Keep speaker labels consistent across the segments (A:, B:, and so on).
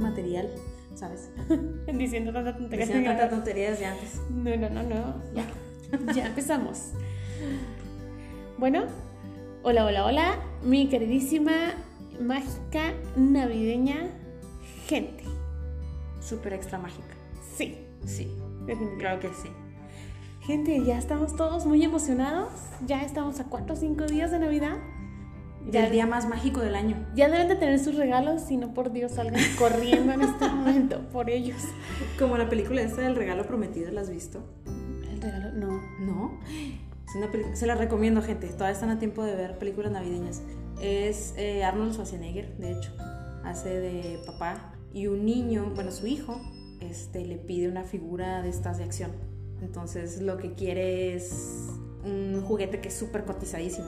A: material, ¿sabes?
B: Diciendo tanta tontería.
A: Diciendo tantas tonterías de antes.
B: No, no, no, no.
A: Ya.
B: Ya empezamos. Bueno, hola, hola, hola, mi queridísima, mágica, navideña gente.
A: Súper extra mágica.
B: Sí,
A: Sí,
B: definitivamente.
A: claro que sí.
B: Gente, ya estamos todos muy emocionados. Ya estamos a 4 o 5 días de Navidad. Ya-
A: Del día más mágico del año.
B: Ya deben de tener sus regalos, si no, por Dios, salgan corriendo en este momento por ellos.
A: Como la película esta del regalo prometido, ¿la has visto?
B: El regalo, no.
A: No. Es una peli- se la recomiendo, gente. Todavía están a tiempo de ver películas navideñas. Es eh, Arnold Schwarzenegger, de hecho. Hace de papá. Y un niño, bueno, su hijo, este, le pide una figura de estas de acción. Entonces lo que quiere es un juguete que es súper cotizadísimo.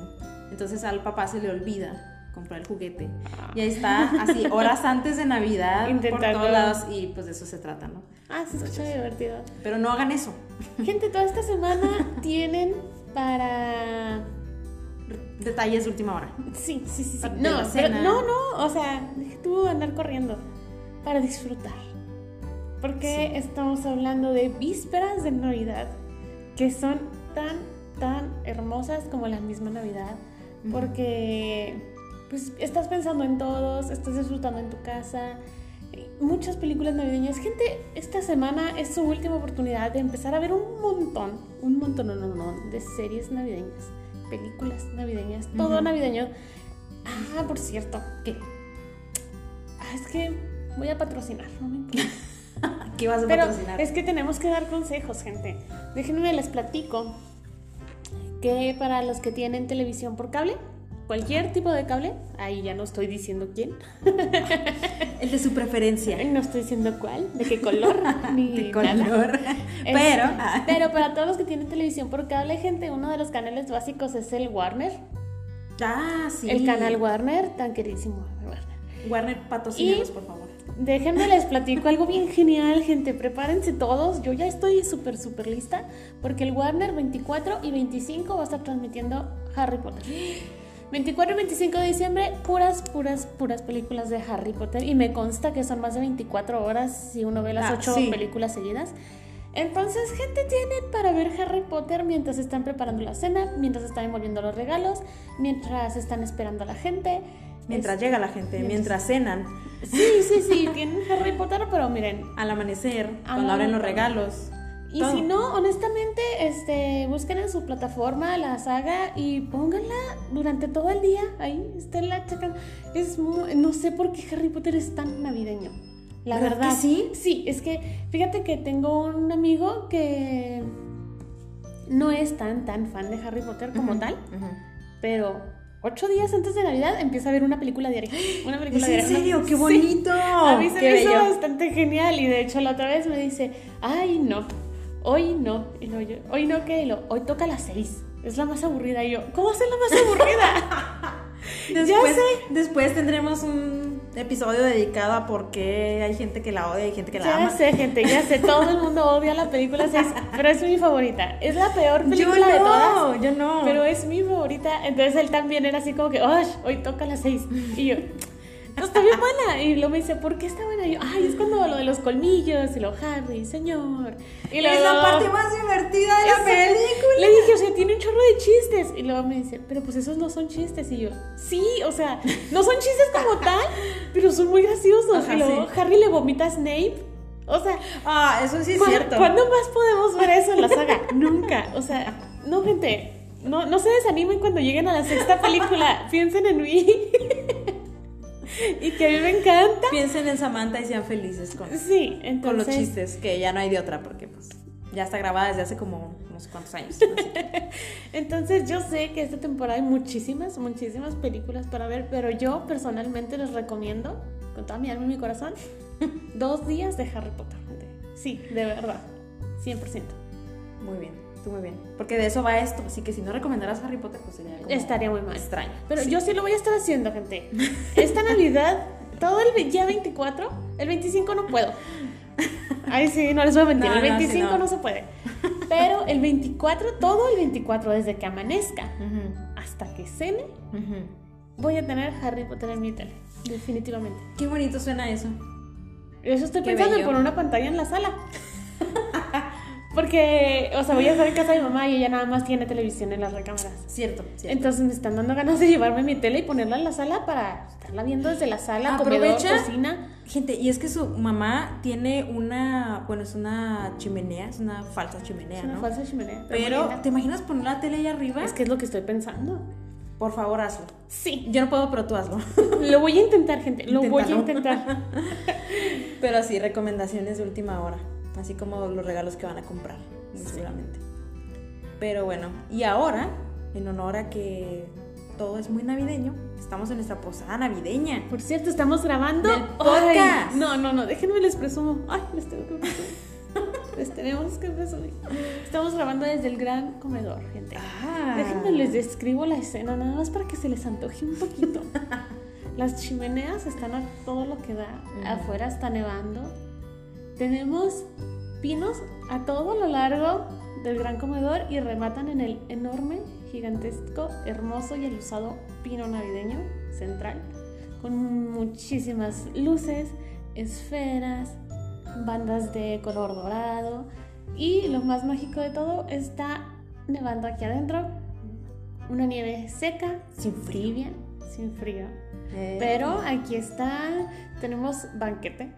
A: Entonces al papá se le olvida comprar el juguete. Y ahí está, así, horas antes de Navidad,
B: Intentando.
A: por todos lados. Y pues de eso se trata, ¿no?
B: Ah, se escucha divertido.
A: Pero no hagan eso.
B: Gente, toda esta semana tienen para.
A: Detalles de última hora.
B: Sí, sí, sí. sí.
A: Para
B: No,
A: Ah, la
B: pero,
A: cena.
B: no, no, o sea, deja tú andar corriendo. Para disfrutar. Porque
A: Sí.
B: estamos hablando de vísperas de Navidad, que son tan, tan hermosas como la misma Navidad.
A: Ujú.
B: Porque pues estás pensando en todos, estás disfrutando en tu casa. Muchas películas navideñas. Gente, esta semana es su última oportunidad de empezar a ver un montón, un montón, no, no, no, de series navideñas, películas navideñas, todo
A: Ujú.
B: navideño. Ah, por cierto,
A: ¿Qué?
B: ah, es que voy a patrocinar, no me importa.
A: ¿Qué vas a
B: Pero
A: patrocinar?
B: es que tenemos que dar consejos, gente. Déjenme les platico que para los que tienen televisión por cable, cualquier tipo de cable, ahí ya no estoy diciendo quién,
A: El de su preferencia.
B: no estoy diciendo cuál, de qué color, ni
A: De
B: nada.
A: color.
B: Es-
A: Pero. ah,
B: pero para todos los que tienen televisión por cable, gente, uno de los canales básicos es el Warner,
A: Ah, sí.
B: el canal Warner, tan queridísimo Warner.
A: Warner, patrocínanos,
B: Y-
A: por favor.
B: Déjenme les platico algo bien genial, gente. Prepárense todos. Yo ya estoy súper, súper lista porque el Warner 24 y 25 va a estar transmitiendo Harry Potter. 24 y 25 de diciembre, puras, puras, puras películas de Harry Potter. Y me consta que son más de 24 horas si uno ve las
A: Ah,
B: 8
A: sí.
B: películas seguidas. Entonces, gente, tienen para ver Harry Potter mientras están preparando la cena, mientras están envolviendo los regalos, mientras están esperando a la gente.
A: Mientras
B: Es-
A: llega la gente, mientras cenan,
B: Sí, sí, sí, tienen Harry Potter, pero miren,
A: al amanecer,
B: no,
A: cuando abren
B: no,
A: los
B: no.
A: regalos.
B: Y
A: todo.
B: si no, honestamente, este, busquen en su plataforma la saga y pónganla durante todo el día. Ahí, esténla checando. Es muy- no sé por qué Harry Potter es tan navideño. La
A: ¿Verdad
B: verdad.
A: que sí?
B: Sí, es que fíjate que tengo un amigo que no es tan, tan fan de Harry Potter como
A: Ujú,
B: tal,
A: ujú.
B: pero ocho días antes de Navidad empieza a ver una película diaria. Una película
A: ¿Es
B: diaria.
A: en
B: una-
A: serio? ¡Qué
B: Sí.
A: bonito!
B: A mí se
A: ¡Qué
B: me hizo
A: bello!
B: bastante genial y de hecho la otra vez me dice, ay no, hoy no, y luego yo, hoy no qué, y lo, hoy toca a las seis, es la más aburrida y yo, ¿cómo es la más aburrida?
A: Después, después tendremos un episodio dedicado a por qué hay gente que la odia y hay gente que la
B: ya
A: ama.
B: sé gente, ya sé, todo el mundo odia la película 6, pero es mi favorita, es la peor
A: Yo
B: película de todas.
A: no, yo no.
B: Pero es mi favorita, entonces él también era así como que, ¡ay! Hoy toca a las seis. Y yo, no, está bien buena. Y luego me dice, ¿por qué está buena? Y yo, ¡ay! Es cuando lo de los colmillos y lo Harry, señor. Y
A: es la
B: luego-
A: parte más divertida de la
B: Eso.
A: película.
B: Le dije, o sea, tiene un chorro de chistes. Y luego me dice, pero pues esos no son chistes. Y yo, sí, o sea, no son chistes como tal, pero son muy graciosos.
A: Ajá,
B: y luego Harry le vomita a Snape. O sea,
A: Ah, eso sí es
B: ¿cuá-
A: cierto.
B: ¿cuándo más podemos ver eso en la saga? Nunca. O sea, no, gente, no, no se desanimen cuando lleguen a la sexta película. Piensen en mí. y que a mí me encanta.
A: Piensen en Samantha y sean felices con,
B: Sí, entonces.
A: con los chistes, que ya no hay de otra, porque pues ya está grabada desde hace como no sé cuántos años. no sé.
B: Entonces yo sé que esta temporada hay muchísimas, muchísimas películas para ver, pero yo personalmente les recomiendo, con toda mi alma y mi corazón, dos días de Harry Potter. gente. Sí, de verdad, 100%.
A: muy bien, tú muy bien. Porque de eso va esto, así que si no recomendaras Harry Potter, pues sería como
B: Estaría muy mal.
A: extraño.
B: Pero
A: Sí.
B: yo sí lo voy a estar haciendo, gente. Esta Navidad, todo el ve- día 24, el 25 no puedo. Ay, sí, no les voy a mentir,
A: No,
B: el
A: no, sí,
B: 25
A: no.
B: no se puede. Pero el 24, todo el 24, desde que amanezca
A: Ujú,
B: hasta que cene,
A: ujú.
B: Voy a tener Harry Potter en mi tele, definitivamente.
A: Qué bonito suena eso.
B: Eso estoy
A: Qué
B: pensando en
A: bello.
B: poner una pantalla en la sala. Porque, o sea, voy a estar en casa de mi mamá y ella nada más tiene televisión en las recámaras.
A: Cierto, cierto.
B: Entonces me están dando ganas de llevarme mi tele y ponerla en la sala para estarla viendo desde la sala, comedor,
A: Aprovecha.
B: cocina.
A: Gente, y es que su mamá tiene una, bueno, es una chimenea, es una falsa chimenea,
B: Es una
A: ¿no?
B: falsa chimenea.
A: Pero,
B: bonita.
A: ¿te imaginas poner la tele ahí arriba?
B: es que es lo que estoy pensando.
A: Por favor, hazlo.
B: Sí,
A: Yo no puedo, pero tú hazlo.
B: lo voy a intentar, gente. Lo voy a
A: Inténtalo.
B: intentar.
A: pero así, recomendaciones de última hora. Así como los regalos que van a comprar, muy seguramente. Pero bueno, y ahora, en honor a que todo es muy navideño, estamos en nuestra posada navideña.
B: Por cierto, estamos grabando
A: Del podcast.
B: Ay, no, no, no, déjenme les presumo. Ay, les tengo que presumir. les tenemos que presumir. Estamos grabando desde el gran comedor, gente.
A: Ah.
B: Déjenme les describo la escena nada más para que se les antoje un poquito. Las chimeneas están a todo lo que da.
A: Ujú.
B: Afuera está nevando. Tenemos pinos a todo lo largo del gran comedor y rematan en el enorme, gigantesco, hermoso y alusado pino navideño central con muchísimas luces, esferas, bandas de color dorado y lo más mágico de todo está nevando aquí adentro. Una nieve seca,
A: Sin frío.
B: tibia, sin frío.
A: Eh,
B: Pero aquí está, tenemos banquete,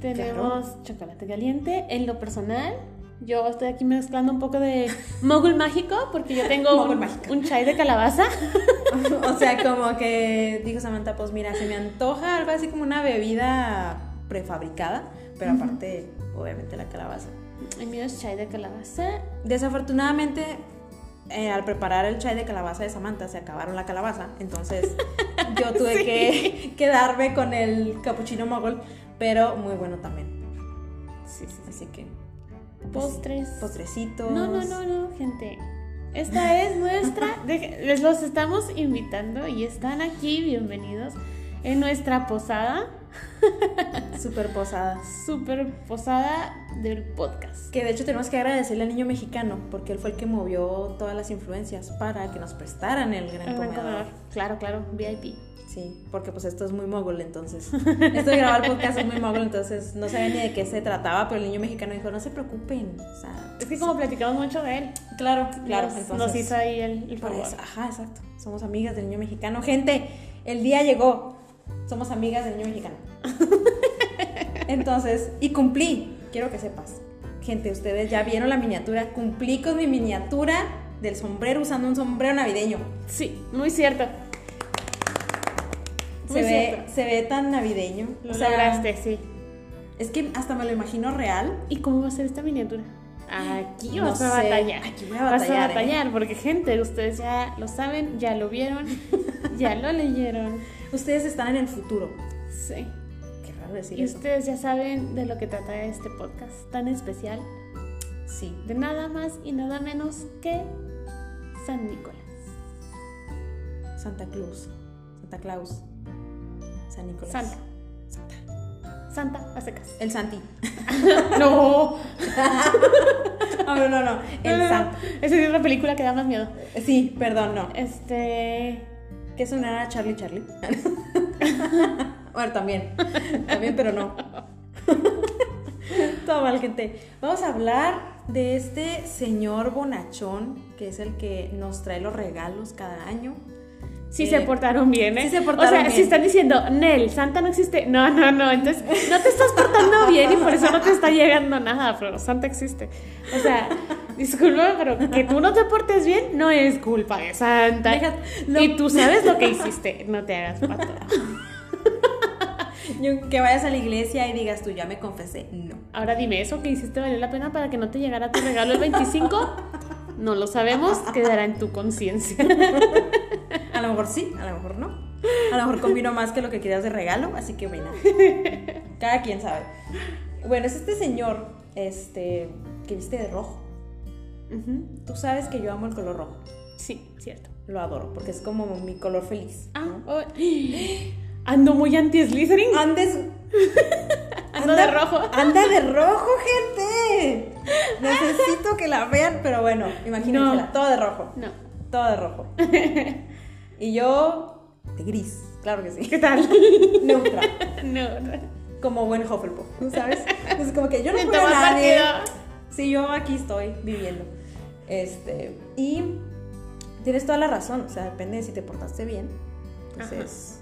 B: tenemos chocolate caliente. En lo personal, yo estoy aquí mezclando un poco de mogul mágico porque yo tengo
A: Mogul
B: un,
A: mágico.
B: un chai de calabaza.
A: o sea, como que dijo Samantha, pues mira, se me antoja algo así como una bebida prefabricada, pero
B: Ujú.
A: aparte, obviamente, la calabaza.
B: El mío es chai de calabaza.
A: Desafortunadamente, eh, al preparar el chai de calabaza de Samantha, se acabaron la calabaza, entonces yo tuve que quedarme con el capuchino mogol, pero muy bueno también.
B: Sí, sí,
A: Así que, pues,
B: Postres.
A: postrecitos.
B: No, no, no, no, gente. Esta es nuestra. deje- les los estamos invitando y están aquí, bienvenidos, en nuestra posada,
A: Super posadas.
B: super posada del podcast.
A: Que de hecho tenemos que agradecerle al niño mexicano, porque él fue el que movió todas las influencias para que nos prestaran el gran
B: El gran
A: comedor.
B: comedor. Claro, claro, VIP.
A: Sí, porque pues esto es muy mogul, entonces. Esto de grabar podcast es muy mogul, entonces no sabía ni de qué se trataba, pero el niño mexicano dijo, no se preocupen. O sea,
B: Es que como platicamos mucho de él,
A: claro, claro,
B: nos,
A: entonces.
B: nos hizo ahí el, el
A: por
B: favor.
A: eso. Ajá, exacto. Somos amigas del niño mexicano. Gente, el día llegó. Somos amigas del niño mexicano. Entonces, y cumplí. Quiero que sepas. Gente, ustedes ya vieron la miniatura. Cumplí con mi miniatura del sombrero usando un sombrero navideño.
B: Sí, muy cierto.
A: Se
B: Muy
A: ve,
B: cierto.
A: se ve tan navideño.
B: Lo
A: O sea,
B: lograste, sí.
A: Es que hasta me lo imagino real.
B: ¿Y cómo va a ser esta miniatura? Aquí
A: No
B: vas a
A: sé,
B: batallar.
A: aquí voy a
B: Vas a
A: batallar, ¿eh?
B: batallar, porque gente, ustedes ya lo saben, ya lo vieron, ya lo leyeron.
A: Ustedes están en el futuro.
B: Sí.
A: Qué raro decir
B: Y
A: eso.
B: ustedes ya saben de lo que trata este podcast tan especial,
A: Sí.
B: de nada más y nada menos que San Nicolás.
A: Santa Claus. Santa Claus. San Nicolás.
B: Santa. Santa a secas.
A: El Santi.
B: No,
A: Ah, no, no, no. El
B: no, no,
A: Santi.
B: Esa es otra película que da más miedo.
A: Sí, perdón, no.
B: Este.
A: ¿Qué sonará Charlie Charlie? bueno, también. También, pero no. Todo mal, gente. Vamos a hablar de este señor bonachón, que es el que nos trae los regalos cada año. Eh,
B: Sí se portaron bien, ¿eh?
A: sí se portaron
B: O sea,
A: bien.
B: si están diciendo, Nel, Santa no existe. No, no, no. Entonces, no te estás portando bien y por eso no te está llegando nada, pero Santa existe. O sea, discúlpame, pero que tú no te portes bien no es culpa de Santa.
A: Deja- lo-
B: Y tú sabes lo que hiciste. No te hagas pato.
A: Y aunque vayas a la iglesia y digas tú, ya me confesé. No.
B: Ahora dime, ¿eso que hiciste valió la pena para que no te llegara tu regalo el 25? No lo sabemos, quedará en tu conciencia.
A: A lo mejor sí, a lo mejor no. A lo mejor combino más que lo que querías de regalo, así que bueno. Cada quien sabe. Bueno, es este señor, este, que viste de rojo.
B: Ujú.
A: Tú sabes que yo amo el color rojo.
B: Sí, cierto.
A: Lo adoro, porque es como mi color feliz.
B: Ah, oh. Ando muy anti-slithering.
A: Andes.
B: Ando de rojo.
A: Anda de rojo, gente. Necesito que la vean, pero bueno, imagínensela.
B: No.
A: Todo de rojo.
B: No.
A: Todo de rojo. Y yo. De gris, claro que sí.
B: ¿Qué tal?
A: Neutra.
B: no.
A: como buen Hufflepuff, ¿sabes? Es como que yo no
B: Ni
A: creo a
B: tomar
A: nadie.
B: partido.
A: Sí, yo aquí estoy viviendo. Este, y tienes toda la razón, o sea, depende de si te portaste bien. Entonces,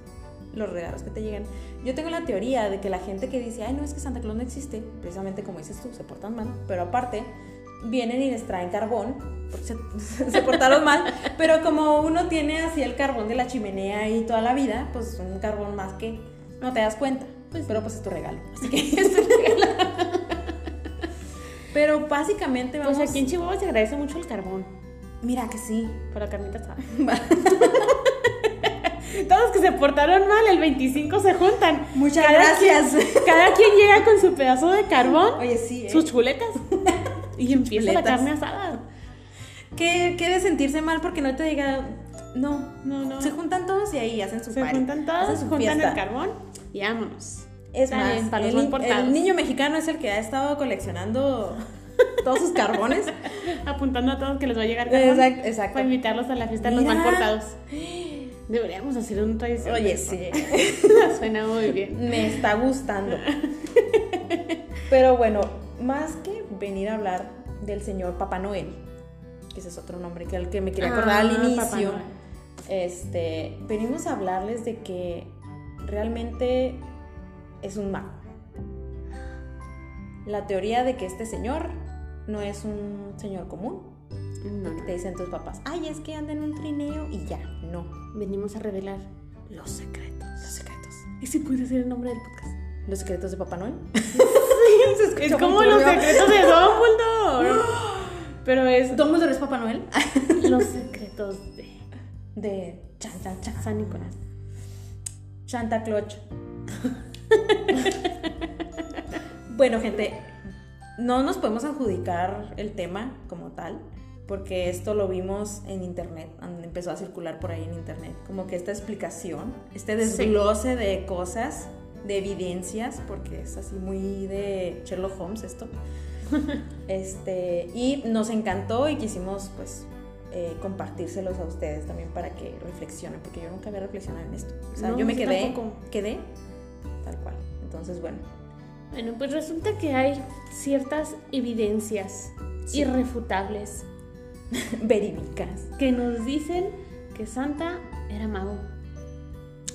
A: los regalos que te llegan. Yo tengo la teoría de que la gente que dice, ay, no, es que Santa Claus no existe, precisamente como dices tú, se portan mal, pero aparte vienen y les traen carbón, porque se, se portaron mal, pero como uno tiene así el carbón de la chimenea y toda la vida, pues un carbón más que no te das cuenta,
B: Pues sí.
A: pero pues es tu regalo.
B: Así que es un regalo.
A: Pero básicamente vamos...
B: Pues aquí en Chihuahua se agradece mucho el carbón
A: Mira que sí,
B: por la carnita asada. Todos los que se portaron mal, el 25 se juntan.
A: Muchas
B: Cada
A: gracias.
B: quien- cada quien llega con su pedazo de carbón,
A: Oye, sí. ¿eh?
B: sus chuletas y empieza la
A: Chuletas.
B: carne asada.
A: ¿Qué, qué de sentirse mal porque no te diga, no,
B: No, no.
A: se juntan todos y ahí hacen su
B: Se
A: party,
B: juntan
A: hacen
B: todos,
A: su
B: juntan el
A: fiesta.
B: carbón y vámonos.
A: Es
B: Está
A: más,
B: bien, para los
A: el,
B: no
A: ni-
B: importados.
A: el niño mexicano es el que ha estado coleccionando todos sus carbones.
B: Apuntando a todos que les va a llegar carbón.
A: Exact- exacto.
B: Para invitarlos a la fiesta de los
A: Mira.
B: mal portados. Deberíamos hacer un tradición. de
A: Oye,
B: eso.
A: sí,
B: Suena muy bien.
A: me está gustando. Pero bueno, más que venir a hablar del señor Papá Noel, que ese es otro nombre que el que me quería acordar al
B: Ah, Papá
A: inicio.
B: Noel.
A: Este, venimos a hablarles de que realmente es un mago. La teoría de que este señor no es un señor común,
B: No, no.
A: te dicen tus papás, ay, es que anda en un trineo y ya, no.
B: Venimos a revelar los secretos. Los secretos. Ese puede ser el nombre del podcast.
A: ¿Los secretos de Papá Noel?
B: Es como los secretos de Dumbledore. Pero es
A: ¿Dumbledore es Papá Noel?
B: los secretos de
A: De chan, chan, chan.
B: San Nicolás.
A: Santa Cloch. bueno, gente, no nos podemos adjudicar el tema como tal, porque esto lo vimos en internet, an- empezó a circular por ahí en internet, como que esta explicación, este desglose de cosas, de evidencias, porque es así muy de Sherlock Holmes esto. Este, y nos encantó y quisimos pues eh, compartírselos a ustedes también para que reflexionen, porque yo nunca había reflexionado en esto. O sea,
B: No,
A: yo me
B: yo
A: quedé,
B: tampoco.
A: quedé tal cual. Entonces, bueno,
B: Bueno, pues resulta que hay ciertas evidencias
A: Sí.
B: irrefutables
A: verídicas.
B: que nos dicen que Santa era mago.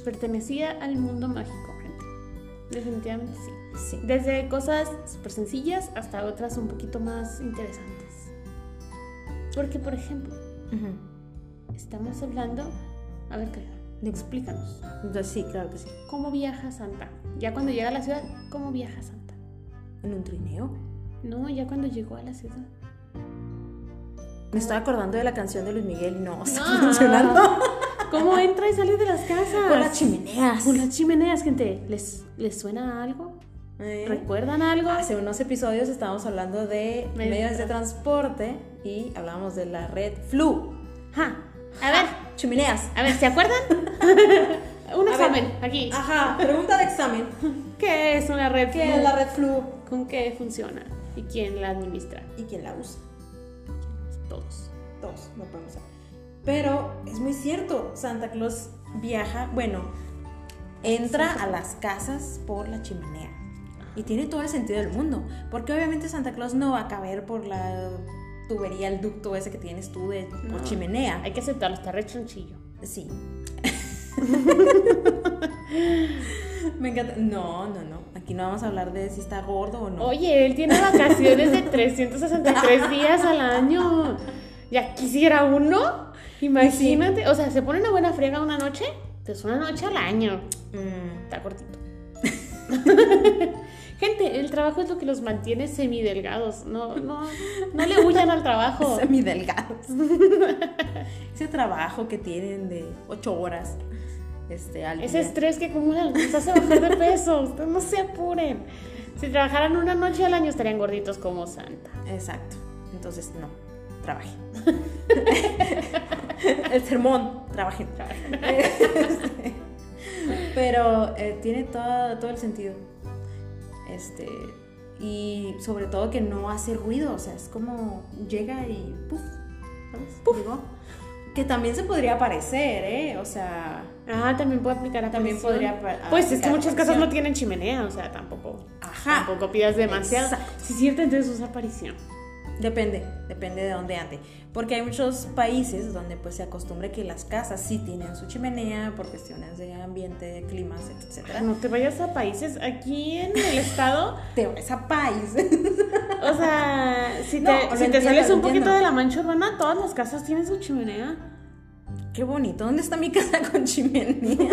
B: Pertenecía al mundo mágico, gente. Definitivamente sí.
A: Sí.
B: Desde cosas súper sencillas hasta otras un poquito más interesantes. Porque, por ejemplo, estamos hablando. A ver, Karina,
A: Dime.
B: explícanos.
A: Entonces, sí, claro que sí.
B: ¿Cómo viaja Santa? Ya cuando llega a la ciudad, ¿cómo viaja Santa?
A: En un trineo.
B: No, ya cuando llegó a la ciudad.
A: Me estoy acordando de la canción de Luis Miguel y no, está
B: Ah.
A: funcionando.
B: ¿Cómo entra y sale de las casas?
A: Por las chimeneas.
B: Por las chimeneas, gente. ¿Les, les suena algo?
A: Eh.
B: ¿Recuerdan algo?
A: Hace unos episodios estábamos hablando de
B: Medios de
A: medios de transporte y hablábamos de la red Flu.
B: Ja. A ver,
A: Chimeneas.
B: a ver, ¿se acuerdan? Un
A: A
B: examen,
A: ver.
B: aquí.
A: Ajá, pregunta de examen.
B: ¿Qué es una red?
A: ¿Qué es la red Flu?
B: ¿Con qué funciona? ¿Y quién la administra?
A: ¿Y quién la usa?
B: Todos.
A: Todos, no podemos saber. Pero es muy cierto, Santa Claus viaja, bueno, entra a las casas por la chimenea. Y tiene todo el sentido del mundo, porque obviamente Santa Claus no va a caber por la tubería, el ducto ese que tienes tú de por
B: No.
A: chimenea.
B: Hay que aceptarlo, está re chonchillo.
A: Sí. Me encanta. No, no, no. Aquí no vamos a hablar de si está gordo o no.
B: Oye, él tiene vacaciones de 363 días al año. Ya quisiera uno. Imagínate. O sea, se pone una buena friega una noche, pues una noche al año.
A: Mm,
B: Está cortito. Gente, el trabajo es lo que los mantiene semidelgados. No, no, no le huyan al trabajo.
A: semidelgados. Ese trabajo que tienen de ocho horas. Este, al
B: Ese
A: día.
B: estrés que acumulan los hace bajar de peso. Ustedes no se apuren. Si trabajaran una noche al año estarían gorditos como Santa.
A: Exacto. Entonces, no. Trabaje. el sermón. Trabajen. Este, Pero eh, tiene todo, todo el sentido. Este. Y sobre todo que no hace ruido. O sea, es como llega y. ¡Puf! ¿Sabes? Llegó. Que también se podría parecer, ¿eh? O sea,
B: Ah, también puede aplicar a
A: También podría pa-
B: Pues es que
A: aplicar
B: muchas
A: aparición.
B: casas no tienen chimenea, o sea, tampoco.
A: Ajá.
B: Tampoco pidas demasiado.
A: Exacto.
B: Si es cierto, entonces usa aparición.
A: depende, depende de dónde ande. Porque hay muchos países donde pues se acostumbra que las casas sí tienen su chimenea por cuestiones de ambiente, de climas, etc.
B: No te vayas a países aquí en el estado.
A: Te vas a país.
B: O sea, si te,
A: No, lo
B: si te
A: entiendo,
B: sales
A: lo
B: un poquito
A: entiendo.
B: de la mancha urbana, todas las casas tienen su chimenea.
A: Qué bonito. ¿Dónde está mi casa con chimenea?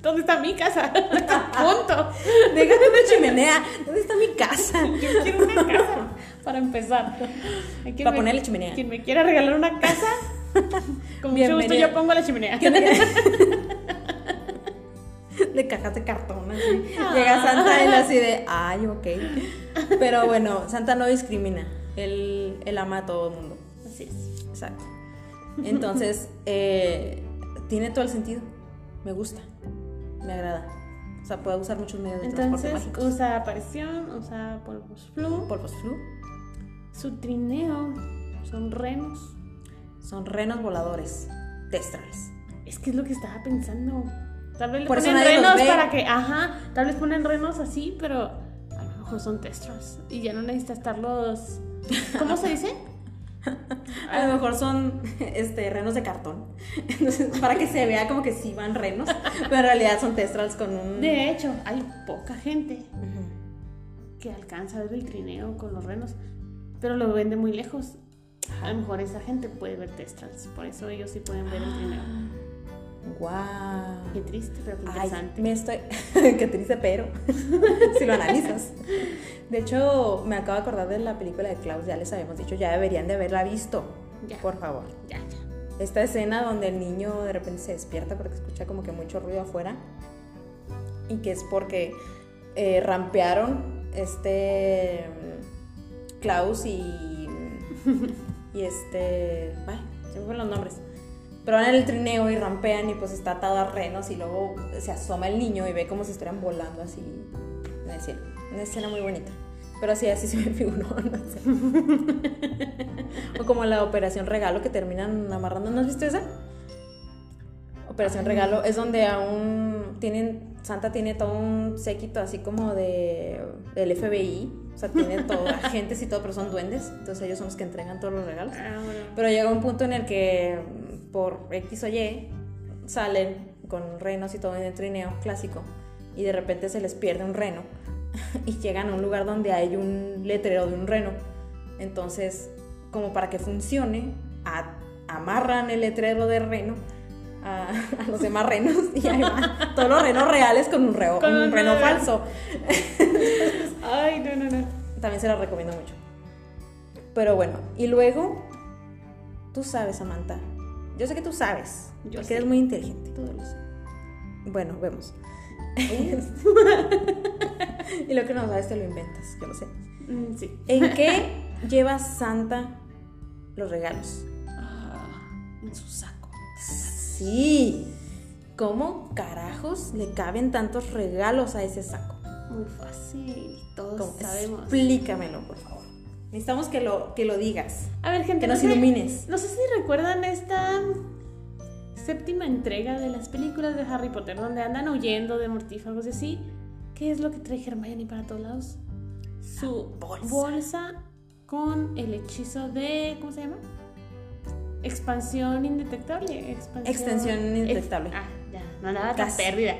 B: ¿Dónde está mi casa? Punto.
A: Déjate una chimenea. ¿Dónde está mi casa?
B: Yo quiero una casa, para empezar. Hay quien
A: Para
B: me-
A: ponerle chimenea.
B: Quien me quiera regalar una casa, con mucho gusto
A: Bienvenido.
B: yo pongo la chimenea.
A: de cajas de cartón. así.
B: Ah.
A: Llega Santa y él así de, ay, ok. Pero bueno, Santa no discrimina. Él, él ama a todo el mundo.
B: Así es.
A: Exacto. Entonces, eh, tiene todo el sentido. Me gusta. Me agrada. O sea, puedo usar muchos medios de
B: Entonces
A: transporte mágicos.
B: usa aparición, usa polvos flu,
A: Polvos flu.
B: su trineo, son renos.
A: Son renos voladores. Testrales.
B: Es que es lo que estaba pensando. Tal vez le
A: Por eso
B: ponen
A: nadie los
B: renos
A: ve.
B: para que, ajá, tal vez ponen renos así, pero a lo mejor son testros y ya no necesita estarlos. ¿Cómo se dice?
A: A
B: Ah.
A: lo mejor son este, renos de cartón. Entonces, para que se vea como que sí van renos. Pero en realidad son testrals con un.
B: De hecho, hay poca gente
A: Ujú.
B: que alcanza a ver el trineo con los renos, pero lo ven de muy lejos. A lo mejor esa gente puede ver testrals, por eso ellos sí pueden ver el trineo.
A: Wow.
B: Qué triste, pero qué
A: Ay,
B: interesante.
A: me estoy. Qué triste, pero. si lo analizas. De hecho, me acabo de acordar de la película de Klaus, ya les habíamos dicho, ya deberían de haberla visto.
B: Ya.
A: Por favor.
B: Ya, ya.
A: Esta escena donde el niño de repente se despierta porque escucha como que mucho ruido afuera y que es porque eh, rampearon este mm, Klaus y y este ay, se me fueron los nombres pero van en el trineo y rampean y pues está atado a renos y luego se asoma el niño y ve como si estuvieran volando así en el cielo una escena muy bonita pero sí así se me figuró no sé o como la operación regalo que terminan amarrando. ¿No has visto esa? Operación regalo es donde aún tienen. Santa tiene todo un séquito así como de del FBI. O sea, tiene todo, agentes y todo, pero son duendes. Entonces ellos son los que entregan todos los regalos.
B: Ah, bueno.
A: Pero llega un punto en el que mm, por X o Y salen con renos y todo en el trineo clásico y de repente se les pierde un reno y llegan a un lugar donde hay un letrero de un reno. Entonces, como para que funcione, a- amarran el letrero de reno a, a los demás renos y ahí van todos los renos reales con un, reo-
B: Con
A: un
B: un
A: reno
B: reno.
A: falso.
B: Ay, no, no, no.
A: También se la recomiendo mucho. Pero bueno, y luego, tú sabes, Samantha. Yo sé que tú sabes,
B: Yo
A: porque
B: sé.
A: eres muy inteligente.
B: Todo lo sé.
A: Bueno, vemos.
B: ¿Eh?
A: y lo que no sabes te lo inventas, yo lo sé.
B: Mm, sí.
A: ¿En qué lleva Santa los regalos?
B: Ah, en su saco.
A: Sí. ¿Cómo carajos le caben tantos regalos a ese saco?
B: Muy fácil. Todos
A: ¿Cómo?
B: sabemos.
A: Explícamelo, por favor. Necesitamos que lo, que lo digas.
B: A ver, gente.
A: Que
B: no
A: nos
B: sé-
A: ilumines.
B: No sé si recuerdan esta séptima entrega de las películas de Harry Potter, donde andan huyendo de mortífagos y así. ¿Qué es lo que trae Hermione para todos lados? Su
A: bolsa.
B: bolsa con el hechizo de. ¿Cómo se llama? Expansión indetectable. Expansión-
A: Extensión indetectable.
B: Ah, ya. No andaba tan
A: Casi.
B: pérdida.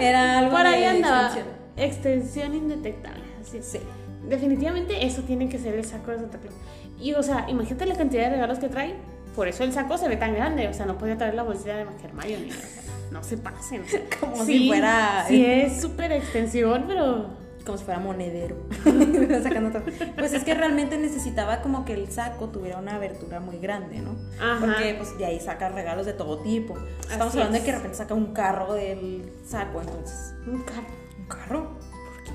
A: Era algo
B: Por
A: de
B: ahí andaba.
A: extensión.
B: Extensión indetectable. Así es.
A: Sí.
B: Definitivamente eso tiene que ser el saco de Santa Claus. Y o sea, imagínate la cantidad de regalos que trae. Por eso el saco se ve tan grande. O sea, no podía traer la bolsita de más que Hermione. o sea, no se pasen. o sea,
A: Como si fuera-
B: Sí, es súper extensión, pero.
A: como si fuera monedero. Sacando todo. Pues es que realmente necesitaba como que el saco tuviera una abertura muy grande, ¿no?
B: Ajá.
A: Porque pues de ahí saca regalos de todo tipo. Estamos
B: Así
A: hablando
B: es.
A: de que de repente saca un carro del saco, entonces.
B: Un carro.
A: ¿Un carro?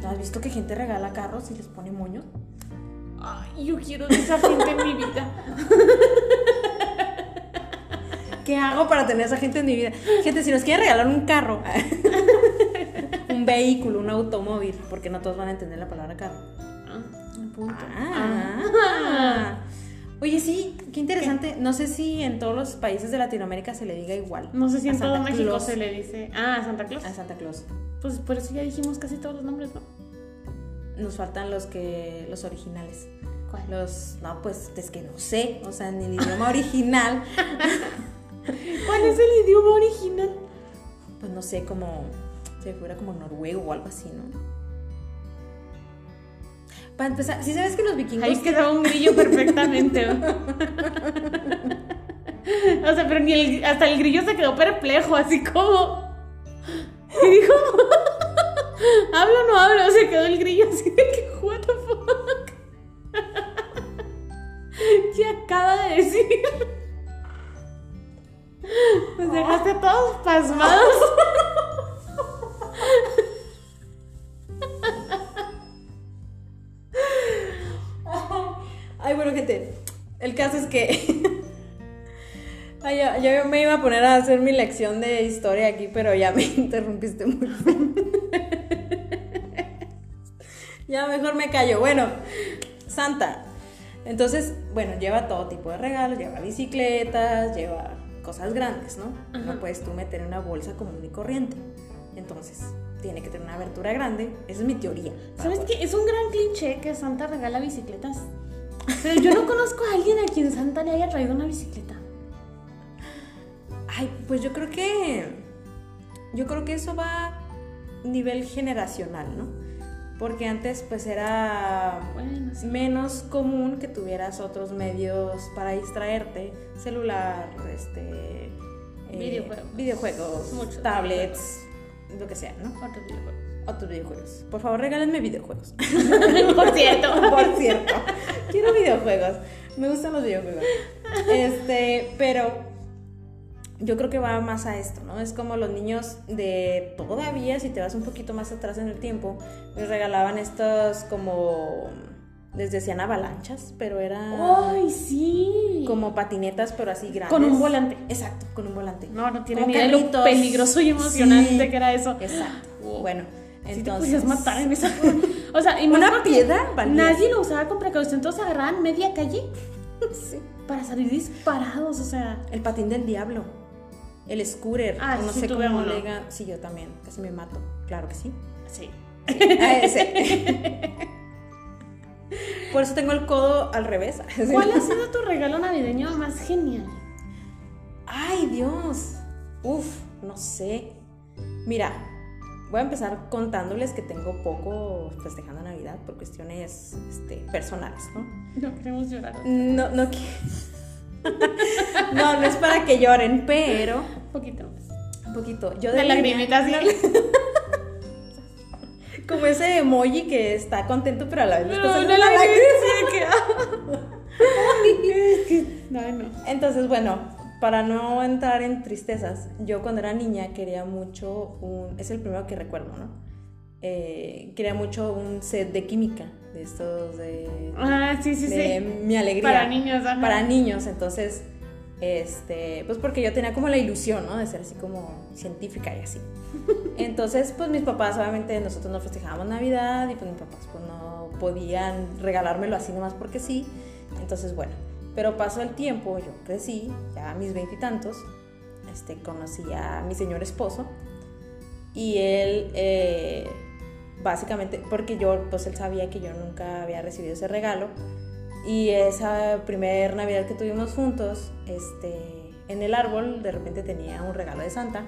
A: ¿No has visto que gente regala carros y les pone moños?
B: Ay, yo quiero de esa gente en mi vida.
A: ¿Qué hago para tener a esa gente en mi vida? Gente, si nos quieren regalar un carro, un vehículo, un automóvil, Ah, porque no todos van a entender la palabra carro.
B: Ah, un punto.
A: Ah.
B: Ah.
A: Oye, sí, qué interesante. No sé si en todos los países de Latinoamérica se le diga igual.
B: No sé si
A: A
B: en todo
A: Santa
B: México
A: Claus.
B: se le dice. Ah, ¿a Santa Claus.
A: A Santa Claus.
B: Pues por eso ya dijimos casi todos los nombres, ¿no?
A: Nos faltan los que. los originales.
B: ¿Cuál?
A: Los. No, pues es que no sé. O sea, en el idioma original.
B: ¿Cuál es el idioma original?
A: Pues no sé, como. Se fuera como noruego o algo así, ¿no? Para empezar, si sabes que los vikingos.
B: Ahí quedaba un grillo perfectamente. o sea, pero ni el- hasta el grillo se quedó perplejo, así como. Y dijo, ¿hablo o no hablo? Se quedó el grillo así de que, ¿what the fuck? ¿Qué acaba de decir? Nos Pues dejaste a todos pasmados.
A: Ay, bueno, gente. El caso es que. Ay, ya- yo, me iba a poner a hacer mi lección de historia aquí, pero ya me interrumpiste muy feo. ya mejor me callo. Bueno, Santa. Entonces, bueno, lleva todo tipo de regalos, lleva bicicletas, lleva cosas grandes, ¿no? No puedes tú meter en una bolsa común y corriente. Entonces, tiene que tener una abertura grande. Esa es mi teoría.
B: ¿Sabes qué? Es un gran cliché que Santa regala bicicletas. Pero yo no conozco a alguien a quien Santa le haya traído una bicicleta.
A: Ay, pues yo creo que. Yo creo que eso va a nivel generacional, ¿no? Porque antes, pues era
B: Bueno, sí.
A: menos común que tuvieras otros medios para distraerte: celular, este.
B: Videojuegos.
A: videojuegos,
B: Muchos
A: tablets, lo que sea, ¿no?
B: Otro
A: Otros videojuegos. Por favor, regálenme videojuegos.
B: videojuego. Por cierto.
A: Por cierto, quiero videojuegos. Me gustan los videojuegos. Este, pero yo creo que va más a esto, ¿no? Es como los niños de todavía, si te vas un poquito más atrás en el tiempo, les regalaban estos como les decían avalanchas, pero eran
B: ¡Ay, sí!
A: como patinetas, pero así grandes.
B: Con un volante.
A: Exacto, con un volante.
B: No, no tiene
A: Como
B: ni idea de lo
A: carritos.
B: peligroso y emocionante
A: Sí,
B: que era eso.
A: Exacto.
B: Wow.
A: Bueno,
B: Sí te
A: entonces
B: podías matar en esa. O sea, y más
A: una
B: porque
A: piedra valía.
B: Nadie lo usaba con precaución. Todos agarraban media calle
A: Sí.
B: para salir disparados. O sea,
A: El patín del diablo. El scooter.
B: Ah,
A: o no
B: sí
A: sé
B: tuve
A: cómo
B: uno.
A: le digan. Sí, yo también. Casi me mato. Claro que sí.
B: sí.
A: Ah, ese. Por eso tengo el codo al revés.
B: ¿Cuál ha sido tu regalo navideño más genial?
A: Ay, Dios. Uf, no sé. Mira, voy a empezar contándoles que tengo poco festejando Navidad por cuestiones este, personales, ¿no?
B: No queremos llorar.
A: No, no, qui- no, no es para que lloren, pero
B: Un poquito más.
A: un poquito. Yo
B: De
A: niña-
B: lagrimitas, sí.
A: Como ese emoji que está contento, pero a la vez le está
B: Pero
A: saliendo
B: no
A: una
B: la
A: lágrima, ah. así de que, "Ay".
B: No, no.
A: Entonces, bueno, para no entrar en tristezas, yo cuando era niña quería mucho un. Es el primero que recuerdo, ¿no? Eh, quería mucho un set de química, de estos de.
B: Ah, sí, sí,
A: de
B: sí.
A: mi alegría.
B: Para niños, ajá.
A: Para niños, entonces. Este, pues porque yo tenía como la ilusión, ¿no? De ser así como científica y así. Entonces, pues mis papás, obviamente, nosotros no festejábamos Navidad y pues mis papás pues no podían regalármelo así nomás porque sí. Entonces, bueno, pero pasó el tiempo, yo crecí, ya a mis veintitantos, este, conocí a mi señor esposo y él, eh, básicamente, porque yo, pues él sabía que yo nunca había recibido ese regalo y esa primer Navidad que tuvimos juntos, este, en el árbol de repente tenía un regalo de Santa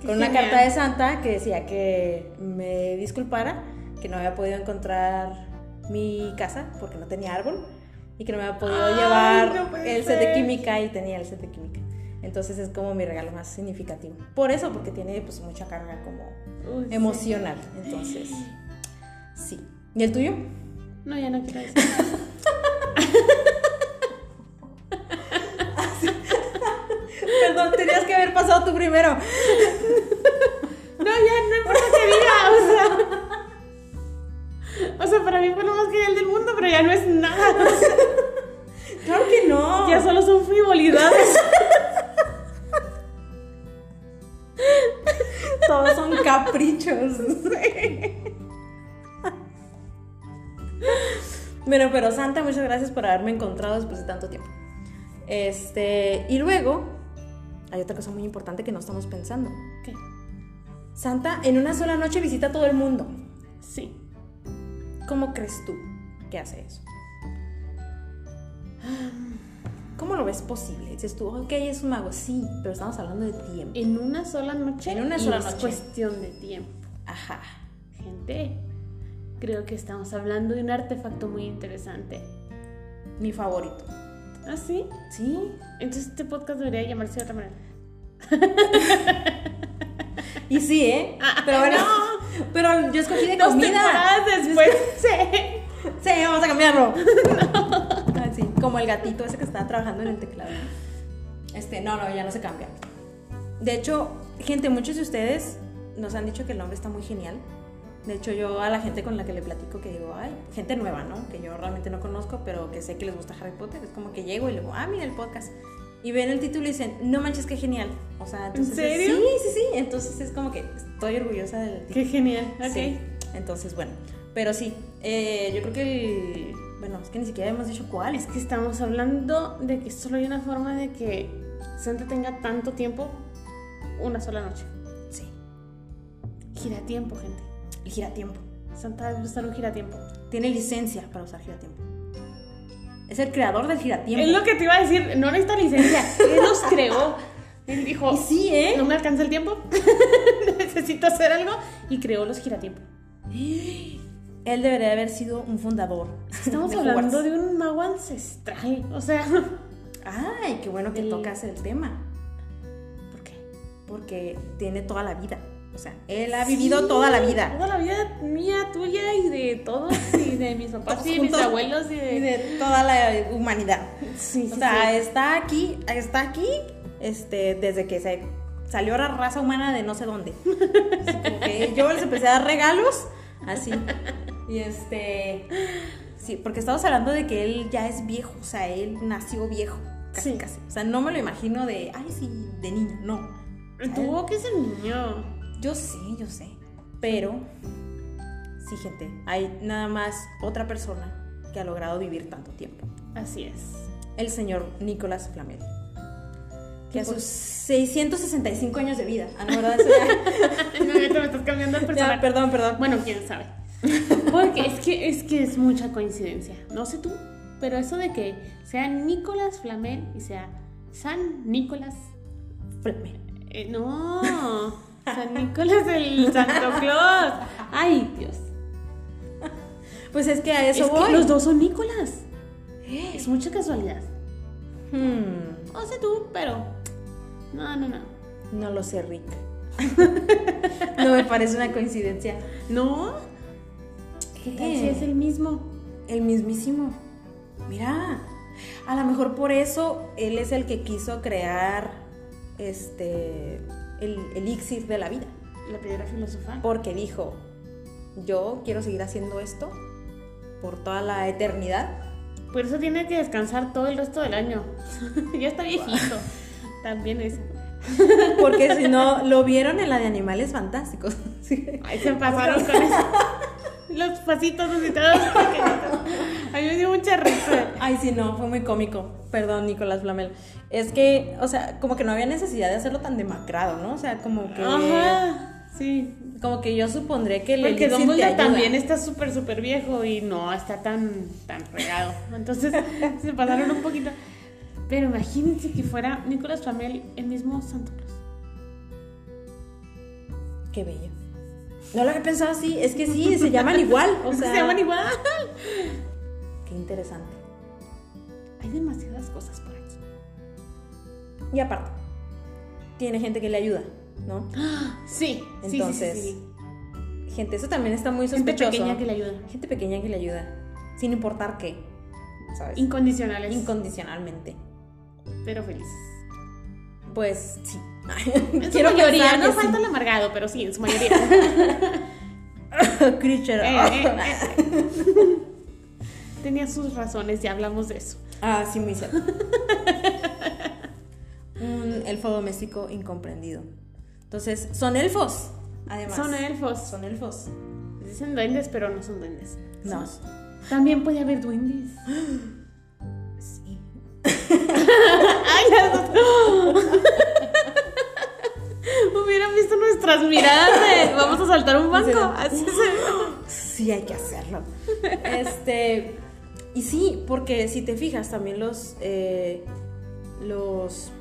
B: Qué
A: con una
B: genial.
A: carta de Santa que decía que me disculpara, que no había podido encontrar mi casa porque no tenía árbol y que no me había podido
B: Ay,
A: llevar
B: no puede
A: el set de
B: ser.
A: química y tenía el set de química. Entonces es como mi regalo más significativo. Por eso, porque tiene pues mucha carga como
B: Uy, sí.
A: emocional. Entonces, sí. ¿Y el tuyo?
B: No, ya no quiero decir.
A: Perdón, tenías que haber pasado tú primero.
B: No, ya no importa que diga, o sea. O sea, para mí fue lo más genial del mundo, pero ya no es nada.
A: Claro que no.
B: Ya solo son frivolidades.
A: Todos son caprichos. Bueno, pero Santa, muchas gracias por haberme encontrado después de tanto tiempo. Este, y luego, hay otra cosa muy importante que no estamos pensando.
B: ¿Qué?
A: Santa en una sola noche visita a todo el mundo.
B: Sí.
A: ¿Cómo crees tú que hace eso? ¿Cómo lo ves posible? Dices tú, ok, es un mago, sí, pero estamos hablando de tiempo.
B: En una sola noche.
A: En una sola
B: y Es
A: noche.
B: cuestión de tiempo.
A: Ajá.
B: Gente, creo que estamos hablando de un artefacto muy interesante.
A: Mi favorito.
B: ¿Ah, sí?
A: ¿Sí?
B: Entonces este podcast debería llamarse de otra manera.
A: Y sí, ¿eh? Pero bueno, pero yo escogí de
B: Ah, Dos
A: comida.
B: temporadas después. sí.
A: Sí, vamos a cambiarlo. Así, como el gatito ese que estaba trabajando en el teclado. Este, no, no, ya no se cambia. De hecho, gente, muchos de ustedes nos han dicho que el nombre está muy genial. De hecho, yo a la gente con la que le platico que digo, ay, gente nueva, ¿no? Que yo realmente no conozco, pero que sé que les gusta Harry Potter. Es como que llego y le digo, ah, mira el podcast. Y ven el título y dicen, no manches, qué genial. O sea, entonces. es-
B: serio?
A: Sí, sí, sí. Entonces es como que estoy orgullosa del título.
B: Qué genial. Ok.
A: Sí. Entonces, bueno, pero sí, eh, yo creo que el- Bueno, es que ni siquiera hemos dicho cuál.
B: Es que estamos hablando de que solo hay una forma de que Santa tenga tanto tiempo una sola noche.
A: Sí,
B: Gira tiempo, gente.
A: el giratiempo.
B: Santa debe usar un giratiempo.
A: Tiene licencia para usar giratiempo. Es el creador del giratiempo.
B: Es lo que te iba a decir, no necesita licencia. Él los creó. Él dijo,
A: Y sí, ¿eh?
B: no me alcanza el tiempo, necesito hacer algo y creó los giratiempo.
A: Él debería haber sido un fundador.
B: Estamos
A: de
B: hablando
A: Hogwarts.
B: de un mago ancestral, o sea,
A: Ay, qué bueno que
B: Del-
A: tocas el tema.
B: ¿por qué?
A: Porque tiene toda la vida. O sea, él ha vivido toda la vida.
B: Toda la vida mía, tuya y de todos y de mis papás
A: Todos
B: y de Pues mis
A: juntos.
B: abuelos y
A: Y
B: de...
A: de toda la humanidad.
B: Sí,
A: O sea, está aquí, está aquí, este, desde que se salió la raza humana de no sé dónde. Así como que yo les empecé a dar regalos, así. Y este, sí, porque estamos hablando de que él ya es viejo, o sea, él nació viejo, casi,
B: Sí.
A: casi. O sea, no me lo imagino de, ay, sí, de niño, no.
B: Tuvo que ser niño.
A: Yo sé, yo sé, pero sí, gente, hay nada más otra persona que ha logrado vivir tanto tiempo.
B: Así es.
A: el señor Nicolás Flamel. Que a
B: Tipo-
A: sus 665 años de vida. Ah, no, ¿verdad? Eso ya-
B: No, ahorita me estás cambiando el
A: ya,
B: personaje.
A: perdón, perdón.
B: Bueno, quién sabe. Porque es que es que es mucha coincidencia. No sé tú, pero eso de que sea Nicolás Flamel y sea San Nicolás.
A: Flamel.
B: eh, no, San Nicolás el Santo Claus. Ay, Dios.
A: Pues es que a eso
B: es
A: voy.
B: que los dos son Nicolás. Es mucha casualidad.
A: Hmm,
B: No sé tú, pero. No, no, no.
A: no lo sé, Rick. no me parece una coincidencia.
B: ¿No? Eh. ¿Qué tal si es el mismo?
A: El mismísimo. Mira. A lo mejor por eso él es el que quiso crear este el elixir de la vida.
B: La piedra filosofal.
A: porque dijo, yo quiero seguir haciendo esto por toda la eternidad.
B: Por eso tiene que descansar todo el resto del año. ya está viejito. También es.
A: Porque si no, lo vieron en la de Animales Fantásticos. Sí.
B: Ay, se pasaron con eso. Los pasitos así todos pequeñitos. A mí me dio mucha risa.
A: Ay, sí, no, fue muy cómico. Perdón, Nicolás Flamel. Es que, o sea, como que no había necesidad de hacerlo tan demacrado, ¿no? O sea, como que...
B: Ajá. Sí.
A: Como que yo supondré que el
B: Porque
A: elixir te
B: Dumbledore
A: ayuda.
B: también está súper, súper viejo y no está tan, tan regado. Entonces se pasaron un poquito. Pero imagínense que fuera Nicolás Flamel el mismo Santo Claus.
A: Qué bello. No lo había pensado así. Es que sí, se llaman igual. O sea,
B: se llaman igual.
A: Qué interesante.
B: Hay demasiadas cosas por aquí.
A: Y aparte, tiene gente que le ayuda, ¿no?
B: Sí, sí, sí,
A: Entonces,
B: sí, sí.
A: Gente, eso también está muy
B: Gente
A: sospechoso.
B: pequeña que le ayuda.
A: Gente pequeña que le ayuda, sin importar qué, ¿sabes?
B: Incondicionales.
A: Incondicionalmente.
B: pero felices.
A: Pues sí.
B: En su mayoría,
A: pensar
B: no
A: que
B: falta
A: sí.
B: el amargado, pero sí, en su mayoría.
A: Creature.
B: Eh, eh, eh. Tenía sus razones, ya hablamos de eso.
A: Ah, sí, muy cierto. Un elfo doméstico incomprendido. Entonces, son elfos, además.
B: Son elfos.
A: Son elfos.
B: Dicen duendes, pero no son duendes.
A: No.
B: También puede haber duendes.
A: Sí.
B: ¡Ay, las dos! Hubieran visto nuestras miradas de, Vamos a saltar un banco. Así se
A: Sí, hay que hacerlo. Este. Y sí, porque si te fijas, también los. eh, los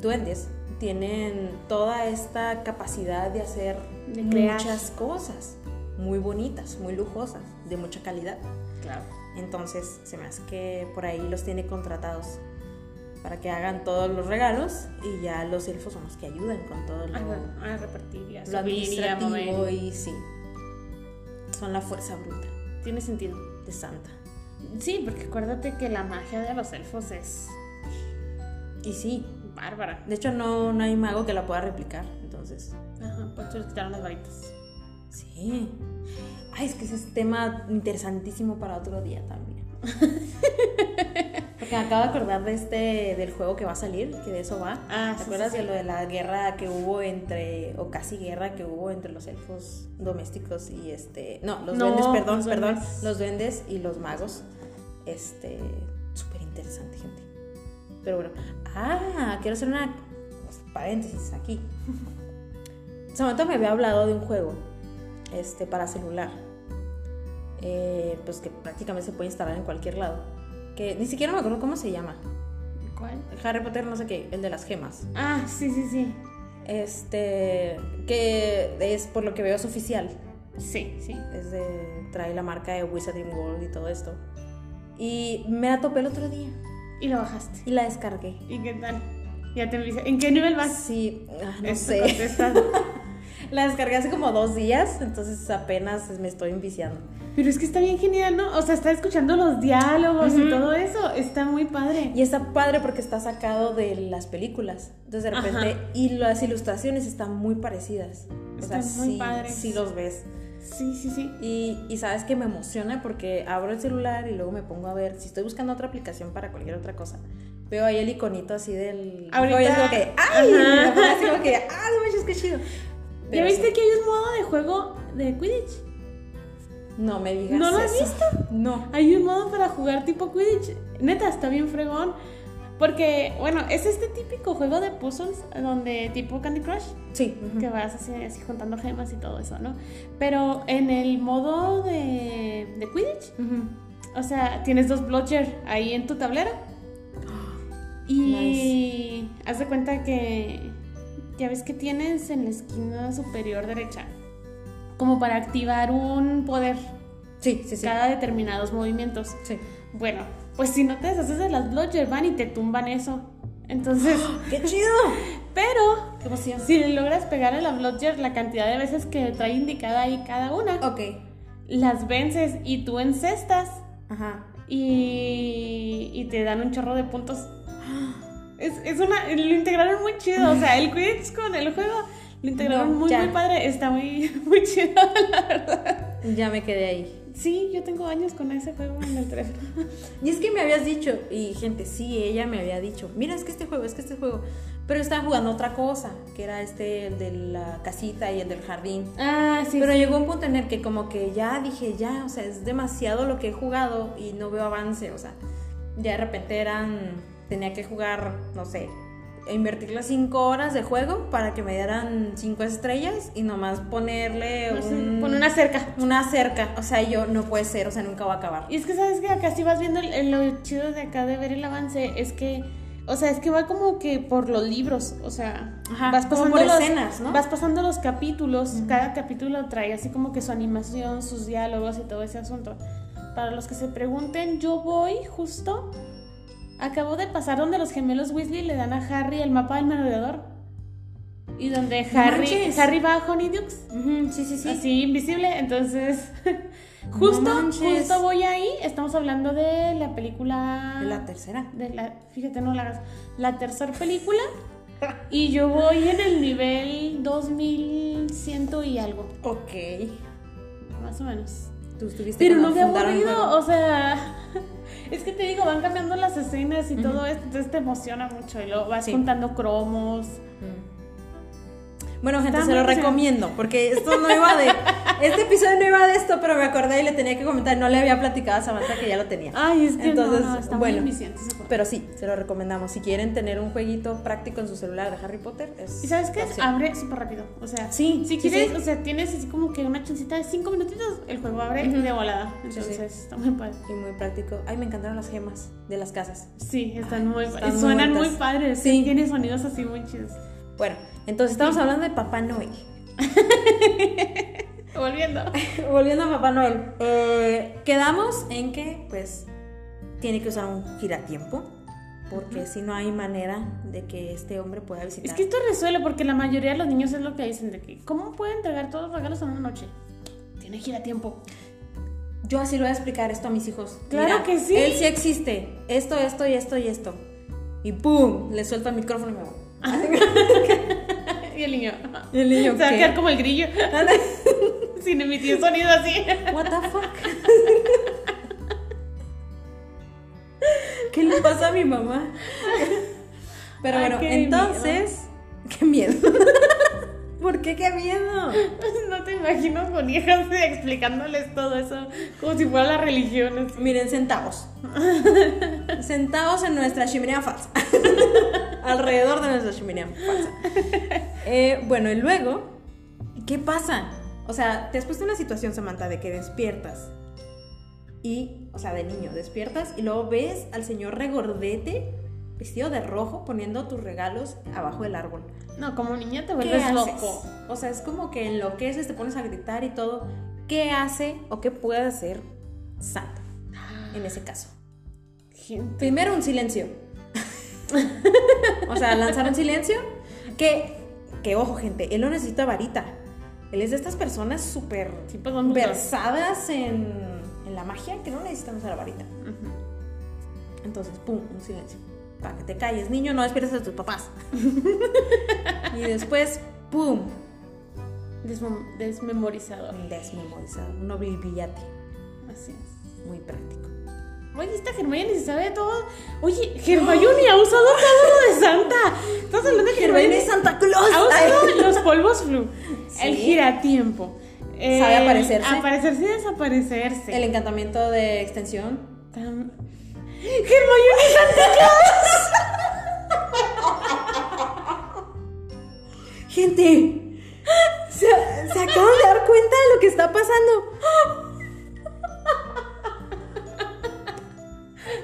A: duendes tienen toda esta capacidad de hacer
B: De crear.
A: muchas cosas muy bonitas, muy lujosas, de mucha calidad.
B: Claro.
A: Entonces, se me hace que por ahí los tiene contratados para que hagan todos los regalos y ya los elfos son los que ayudan con todo lo,
B: A repartir y a
A: lo
B: subir y a
A: administrativo
B: mover.
A: y sí. Son la fuerza bruta
B: Tiene sentido.
A: de Santa.
B: Sí, porque acuérdate que la magia de los elfos es
A: Y sí,
B: bárbara.
A: de hecho no, no hay mago que la pueda replicar, entonces.
B: Ajá, pues se les quitaron las varitas.
A: Sí. Ay, es que ese es tema interesantísimo para otro día también. Porque me acabo de acordar de este, del juego que va a salir, que de eso va.
B: Ah,
A: ¿Te
B: sí,
A: acuerdas
B: sí, sí.
A: de lo de la guerra que hubo entre, o casi guerra que hubo entre los elfos domésticos y este, no, los
B: No,
A: duendes, perdón,
B: los
A: perdón,
B: duendes.
A: los duendes y los magos. Este, súper interesante, gente. Pero bueno, ah, quiero hacer una pues, paréntesis aquí. Samantha me había hablado de un juego este, para celular, eh, pues que prácticamente se puede instalar en cualquier lado. Que ni siquiera me acuerdo cómo se llama.
B: ¿Cuál?
A: Harry Potter, no sé qué, el de las gemas.
B: Ah, sí, sí, sí.
A: Este, que es por lo que veo es oficial.
B: Sí, sí.
A: Es de, trae la marca de Wizarding World y todo esto. Y me la topé el otro día
B: Y lo bajaste.
A: y la descargué.
B: ¿Y qué tal? Ya te dice, ¿en qué nivel vas?
A: Sí, ah, no
B: Esto
A: sé.
B: contestas.
A: La descargué hace como dos días, entonces apenas me estoy enviciando.
B: Pero es que está bien genial, ¿no? O sea, está escuchando los diálogos
A: Ujú.
B: y todo eso. Está muy padre.
A: Y está padre porque está sacado de las películas. Entonces de repente,
B: Ajá.
A: y las ilustraciones están muy parecidas. O sea,
B: Están muy
A: sí,
B: padres.
A: sí los ves.
B: Sí, sí, sí.
A: Y, y sabes que me emociona porque abro el celular y luego me pongo a ver. Si estoy buscando otra aplicación para cualquier otra cosa, veo ahí el iconito así del.
B: Ahorita-
A: Y es como que, ¡ay!
B: Ajá.
A: Me pongo así como que, ¡ah, no manches, qué chido!
B: ¿Ya
A: Pero
B: viste
A: sí.
B: que hay un modo de juego de Quidditch?
A: No me digas.
B: ¿No lo has
A: eso.
B: visto?
A: No.
B: Hay un modo para jugar tipo Quidditch. Neta, está bien fregón. Porque, bueno, es este típico juego de puzzles donde tipo Candy Crush,
A: Sí. ujú.
B: que vas así, así juntando gemas y todo eso, ¿no? Pero en el modo de, de Quidditch,
A: Ujú.
B: o sea, tienes dos Blotcher ahí en tu tablero. Y haz de cuenta que ya ves que tienes en la esquina superior derecha, como para activar un poder
A: Sí, sí, sí.
B: cada determinados movimientos.
A: Sí.
B: Bueno, pues si no te deshaces de las Blodger, van y te tumban eso. Entonces,
A: ¡Qué chido!
B: pero
A: ¡Qué emoción!
B: si le logras pegar a la Blodger la cantidad de veces que trae indicada ahí cada una,
A: Ok.
B: las vences y tú encestas
A: Ajá.
B: y, y te dan un chorro de puntos. Es, es una, lo integraron muy chido, o sea, el Quidditch con el juego lo integraron
A: No,
B: muy,
A: ya.
B: muy padre, está muy, muy chido.
A: Ya me quedé ahí.
B: Sí, yo tengo años con ese juego en el teléfono.
A: Y es que me habías dicho, y gente, sí, ella me había dicho, mira, es que este juego, es que este juego. Pero yo estaba jugando otra cosa, que era este, el de la casita y el del jardín.
B: Ah, sí.
A: Pero llegó un punto en el que como que ya dije, ya, o sea, es demasiado lo que he jugado y no veo avance, o sea, ya de repente eran, tenía que jugar, no sé, e invertir las 5 horas de juego para que me dieran 5 estrellas y nomás ponerle un-
B: pues, Pon una cerca.
A: una cerca, o sea, yo no puede ser, o sea, nunca va a acabar.
B: Y es que sabes que acá si vas viendo el- el- lo chido de acá de ver el avance es que, o sea, es que va como que por los libros, o sea,
A: Ajá,
B: vas
A: como
B: pasando
A: por
B: los,
A: escenas, ¿no?
B: Vas pasando los capítulos, cada capítulo trae así como que su animación, sus diálogos y todo ese asunto. Para los que se pregunten, yo voy justo, acabo de pasar donde los gemelos Weasley le dan a Harry el mapa del merodeador y donde
A: No
B: Harry,
A: manches.
B: Harry va a Honeydukes
A: Ujú, sí, sí, sí.
B: así invisible. Entonces, justo,
A: No manches.
B: justo voy ahí. Estamos hablando de la película.
A: La tercera.
B: de la, fíjate, no la hagas. La tercera película. Y yo voy en el nivel 2100 y algo,
A: Ok.
B: más o menos.
A: Tú estuviste
B: Pero
A: cuando
B: no me ha
A: fundaron el
B: aburrido,
A: juego.
B: o sea. Es que te digo, van cambiando las escenas y todo esto, entonces te emociona mucho. Y luego vas
A: Sí.
B: juntando cromos.
A: Mm. Bueno, gente,
B: Está
A: se lo
B: muy
A: recomiendo, porque esto no iba de. Este episodio no iba de esto, pero me acordé y le tenía que comentar. No le había platicado a Samantha que ya lo tenía.
B: Ay, es que no,
A: Entonces,
B: no, está
A: bueno.
B: muy eficiente ese juego.
A: Pero sí, se lo recomendamos. Si quieren tener un jueguito práctico en su celular de Harry Potter, es.
B: ¿Y sabes qué?
A: la opción.
B: Abre súper rápido. O sea,
A: Sí,
B: si
A: sí,
B: quieres,
A: sí.
B: o sea, tienes así como que una chancita de cinco minutitos, el juego abre
A: Ujú.
B: de volada.
A: Sí, sí.
B: Entonces, está muy padre.
A: Y muy práctico. Ay, me encantaron las gemas de las casas.
B: Sí, están muy
A: están
B: padres.
A: muy
B: Suenan muy
A: bonitas.
B: padres.
A: Sí.
B: Sí. Tiene sonidos así muy chidos.
A: Bueno, entonces estamos hablando de Papá Noel.
B: Volviendo.
A: Volviendo a Papá Noel. eh, quedamos en que, pues, tiene que usar un giratiempo. Porque si no hay manera de que este hombre pueda visitar.
B: Es que esto resuelve porque la mayoría de los niños es lo que dicen de que, ¿cómo puede entregar todos los regalos en una noche? Tiene que ir a tiempo.
A: Yo así lo voy a explicar esto a mis hijos.
B: Claro que sí.
A: Él sí existe. Esto, esto y esto y esto. Y ¡pum! Le suelto el micrófono y me voy.
B: y el niño.
A: Y el niño,
B: Se va a
A: ¿qué?
B: quedar como el grillo. Sin emitir sonido así.
A: What the fuck? ¿Qué le pasa a mi mamá? Pero
B: Ay,
A: bueno,
B: qué
A: entonces. ¡Qué miedo! ¿Por qué qué miedo?
B: No te imagino con hijas eh, explicándoles todo eso como si fuera la religión. así.
A: Miren, sentados. sentados en nuestra chimenea falsa. Alrededor de nuestra chimenea falsa. Eh, bueno, y luego, ¿qué pasa? O sea, te has puesto en una situación, Samantha, de que despiertas. Y, o sea, de niño, despiertas y luego ves al señor regordete vestido de rojo poniendo tus regalos abajo del árbol.
B: No, como niña te
A: ¿Qué
B: vuelves
A: haces?
B: loco.
A: O sea, es como que enloqueces, te pones a gritar y todo. ¿Qué hace o qué puede hacer Santa en ese caso?
B: Gente.
A: Primero un silencio. o sea, lanzar un silencio que, que ojo gente, él no necesita varita. Él es de estas personas súper
B: Sí, pues, vamos a-
A: versadas en, en la magia que no necesitan usar varita.
B: Ujú.
A: Entonces, pum, un silencio. Para que te calles, niño, no despiertes a tus papás. y después, pum,
B: Desmem- desmemorizador.
A: un desmemorizado, un obliviate.
B: Así es.
A: Muy práctico.
B: Oye, esta Hermione se sabe de todo. Oye, Hermione ha usado todo lo de Santa. Estás hablando de que Hermione
A: Santa Claus.
B: ha usado los polvos flu.
A: Sí.
B: El giratiempo.
A: Sabe
B: el
A: aparecerse.
B: Aparecerse y desaparecerse.
A: El encantamiento de extensión.
B: Tam- Hermione Santa
A: Gente, se, se acaban de dar cuenta de lo que está pasando.
B: Claus.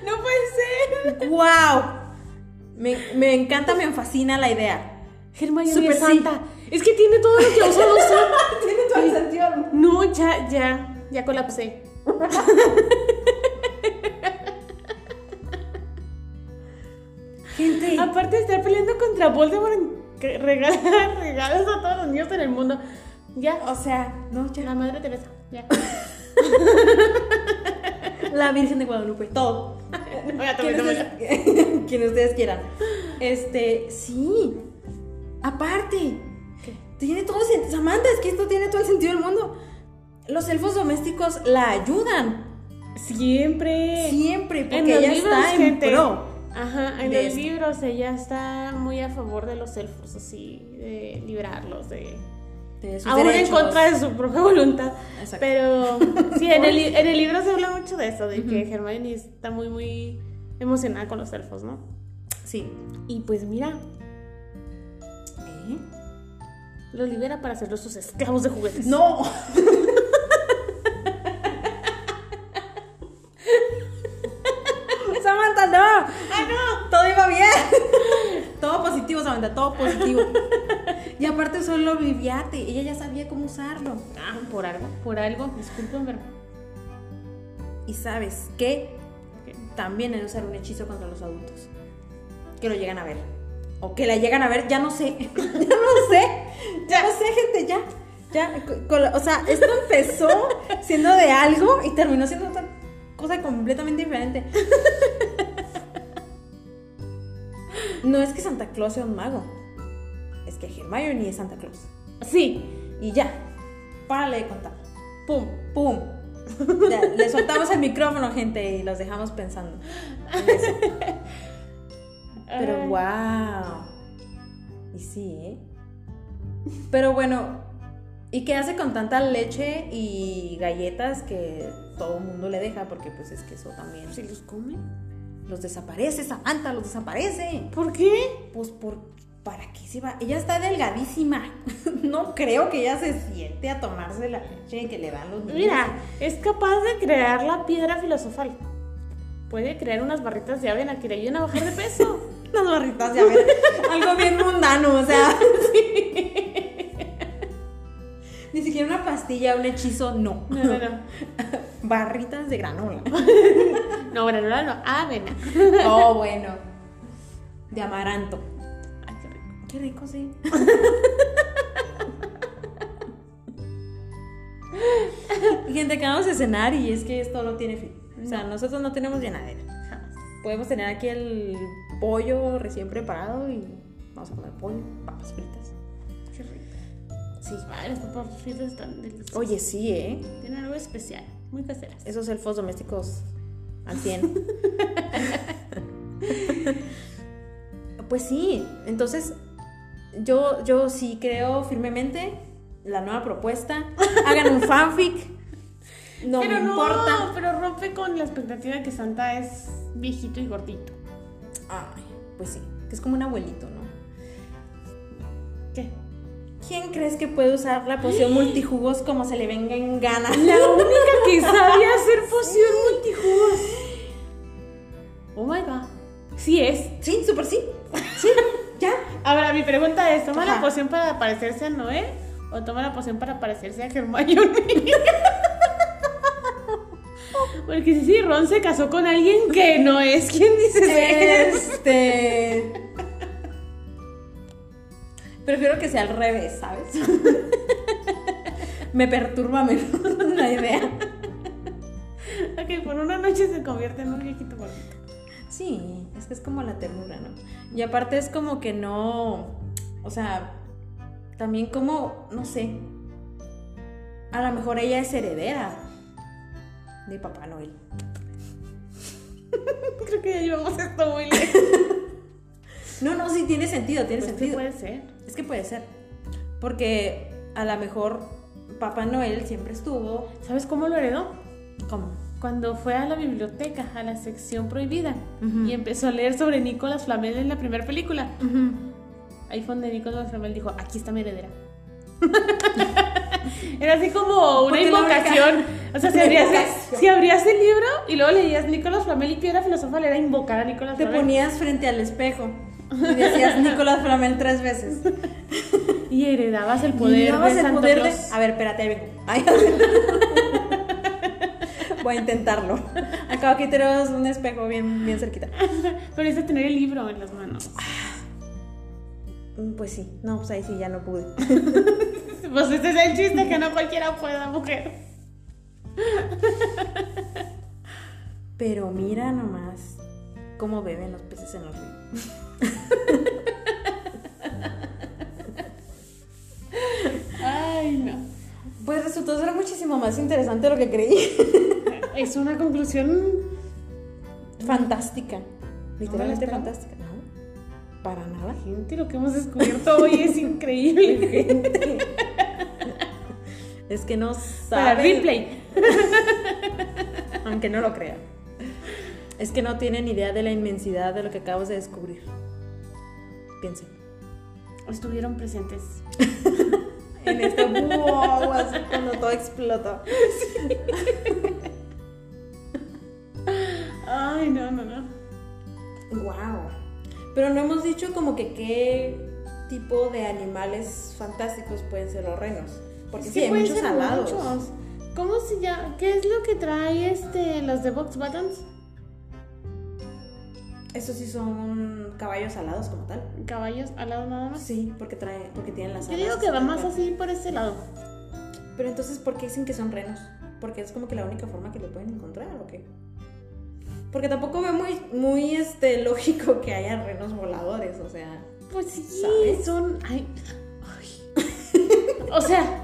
B: No puede ser.
A: ¡Wow! Me, me encanta, me fascina la idea.
B: Hermione
A: Súper
B: es santa. Es que tiene todo lo que ha usado Santa.
A: Tiene todo el sentido.
B: No, ya, ya. Ya colapsé.
A: Gente,
B: Aparte de estar peleando contra Voldemort en que regala regalos a todos los niños en el mundo. Ya.
A: o sea, no, ya.
B: La madre Teresa. Ya.
A: La Virgen de Guadalupe, todo.
B: No, ya
A: Quien
B: tomé, tomé, ya.
A: ustedes- quien ustedes quieran. Este, sí. Aparte, tiene todo sentido. Samantha, es que esto tiene todo el sentido del mundo. Los elfos domésticos la ayudan.
B: Siempre.
A: Siempre,
B: En
A: porque
B: los
A: ella
B: libros,
A: está en
B: gente.
A: pro.
B: Ajá, en
A: de
B: los
A: esto.
B: libros ella está muy a favor de los elfos, así, de librarlos, de...
A: de sus
B: Aún en
A: derechos.
B: contra de su propia voluntad.
A: Exacto.
B: Pero sí, en el, li- en el libro se habla mucho de eso, de que Hermione está muy, muy emocionada con los elfos, ¿no?
A: Sí.
B: Y pues mira, ¿Eh? los libera para hacerlos sus esclavos de juguetes.
A: No. Samantha, no. Ah, no. Todo iba bien. Todo positivo, Samantha, todo positivo. Y aparte solo viviate, ella ya sabía cómo usarlo.
B: Ah, por algo, por algo, disculpen, pero...
A: Y sabes que
B: ok.
A: también es usar un hechizo contra los adultos. Que lo llegan a ver. O que la llegan a ver, ya no sé. ya no sé. Ya no sé, gente, ya. Ya, co- con la- o sea, esto empezó siendo de algo y terminó siendo otra cosa completamente diferente. No es que Santa Claus sea un mago. Es que Hermione es Santa Claus.
B: Sí,
A: Y ya. Párale de contar.
B: pum.
A: ¡Pum! Ya, le soltamos el micrófono, gente, y los dejamos pensando. en eso. Pero
B: Ay.
A: wow. Y sí, ¿eh? Pero bueno, ¿y qué hace con tanta leche y galletas que todo el mundo le deja? Porque pues es que eso también.
B: ¿Se los come?
A: Los desaparece, Samantha, los desaparece.
B: ¿Por qué?
A: Pues por ¿para qué se va? Ella está delgadísima. no creo que ella se siente a tomarse la leche que le dan los niños.
B: Mira, es capaz de crear la piedra filosofal. Puede crear unas barritas de avena que le ayuden a bajar de peso.
A: Las barritas de avena. Algo bien mundano, o sea. sí. Ni siquiera una pastilla, un hechizo, no.
B: No, no, no.
A: Barritas de granola.
B: No, granola no, avena.
A: Oh, bueno. De amaranto.
B: Ay, qué rico.
A: Qué rico, sí. Gente, acabamos de cenar y es que esto no tiene fin. O sea, nosotros no tenemos llenadera.
B: Jamás.
A: Podemos tener aquí el pollo recién preparado y vamos a comer pollo, papas fritas.
B: Qué rico.
A: Sí.
B: Ay, las papas fritas están deliciosas.
A: Oye, sí, ¿eh?
B: Tienen algo especial, muy caseras.
A: Esos elfos domésticos al 100. pues sí, entonces yo, yo sí creo firmemente la nueva propuesta. Hagan un fanfic. No
B: pero
A: me
B: no,
A: importa.
B: pero rompe con la expectativa de que Santa es viejito y gordito.
A: Ay, pues sí, que es como un abuelito, ¿no?
B: ¿Qué?
A: ¿Quién crees que puede usar la poción multijugos como se le venga en gana?
B: que sabía hacer poción multijugos. Oh my god. Sí es.
A: Sí, súper sí. Sí, ya.
B: Ahora, mi pregunta es, ¿toma la
A: Ajá.
B: poción para parecerse a Noé o toma la poción para parecerse a Hermione? Porque sí, sí, Ron se casó con alguien que no es quien dices que es.
A: Este. Prefiero que sea al revés, ¿sabes? Me perturba menos la idea.
B: Ok, por una noche se convierte en un viejito bonito.
A: Sí, es que es como la ternura, ¿no? Y aparte es como que no. O sea, también como, no sé. A lo mejor ella es heredera de Papá Noel.
B: Creo que ya llevamos esto muy lejos.
A: No, no, sí, tiene sentido, tiene
B: Pues, ¿qué
A: sentido.
B: puede ser?
A: Es que puede ser. Porque a lo mejor Papá Noel siempre estuvo.
B: ¿Sabes cómo lo heredó?
A: ¿Cómo?
B: Cuando fue a la biblioteca, a la sección prohibida,
A: Ujú.
B: y empezó a leer sobre Nicolás Flamel en la primera película. Ahí fue donde Nicolás Flamel dijo, aquí está mi heredera. Era así como una
A: Porque la única-
B: invocación. O sea, si
A: Una
B: abrías, el,
A: invocación.
B: si abrías el libro y luego leías Nicolás Flamel y piedra filosofal, era invocar a Nicolás
A: Te
B: Flamel.
A: ponías frente al espejo y decías Nicolás Flamel tres veces.
B: Y heredabas el
A: Y
B: poder
A: dabas
B: de
A: el
B: Santo
A: poder de-
B: Claus.
A: A ver, espérate, ahí vengo. Ay, Voy a intentarlo. Acabo aquí tenemos un espejo bien, bien cerquita.
B: Pero necesitas tener el libro en las manos.
A: Mm, Pues sí, no, pues ahí sí ya no pude.
B: Pues este es el chiste que no cualquiera pueda, mujer.
A: Pero mira nomás cómo beben los peces en el río.
B: Ay, no.
A: Pues resultó ser muchísimo más interesante de lo que creí.
B: Es una conclusión
A: Mm. Fantástica. Literalmente
B: esperaba.
A: fantástica. No, para nada.
B: Gente, lo que hemos descubierto hoy es increíble.
A: Es que no
B: Para
A: saben.
B: replay.
A: Aunque no lo crean. Es que no tienen idea de la inmensidad de lo que acabas de descubrir. Piensen.
B: Estuvieron presentes.
A: En este wow, así cuando todo explotó.
B: Ay, no, no, no.
A: Wow. Pero no hemos dicho como que qué tipo de animales fantásticos pueden ser los renos. Porque
B: Es
A: sí,
B: que
A: hay
B: pueden
A: muchos
B: ser
A: alados.
B: muchos. ¿Cómo se llama? ¿Qué es lo que trae este los de Box Buttons?
A: Estos sí son caballos alados como tal.
B: Caballos alados nada más.
A: Ah, Sí, porque trae, porque tienen las
B: Yo
A: alas.
B: digo que va más
A: Pero-
B: así por ese lado.
A: Pero entonces, ¿por qué dicen que son renos? Porque es como que la única forma que lo pueden encontrar, ¿o qué? Porque tampoco veo muy, muy este, lógico que haya renos voladores, o sea...
B: Pues sí,
A: ¿Sabes?
B: son. Ay. ay. o sea.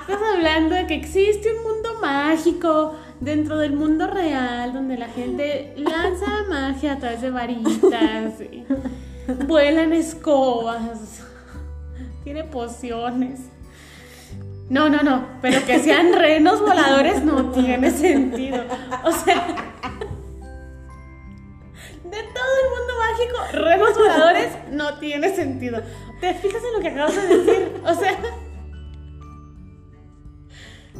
B: Estás hablando de que existe un mundo mágico dentro del mundo real donde la gente lanza magia a través de varitas, y vuelan escobas, Tiene pociones. No, no, no. Pero que sean renos voladores no tiene sentido. O sea. De todo el mundo mágico, renos voladores no tiene sentido. ¿Te fijas en lo que acabas de decir? O sea.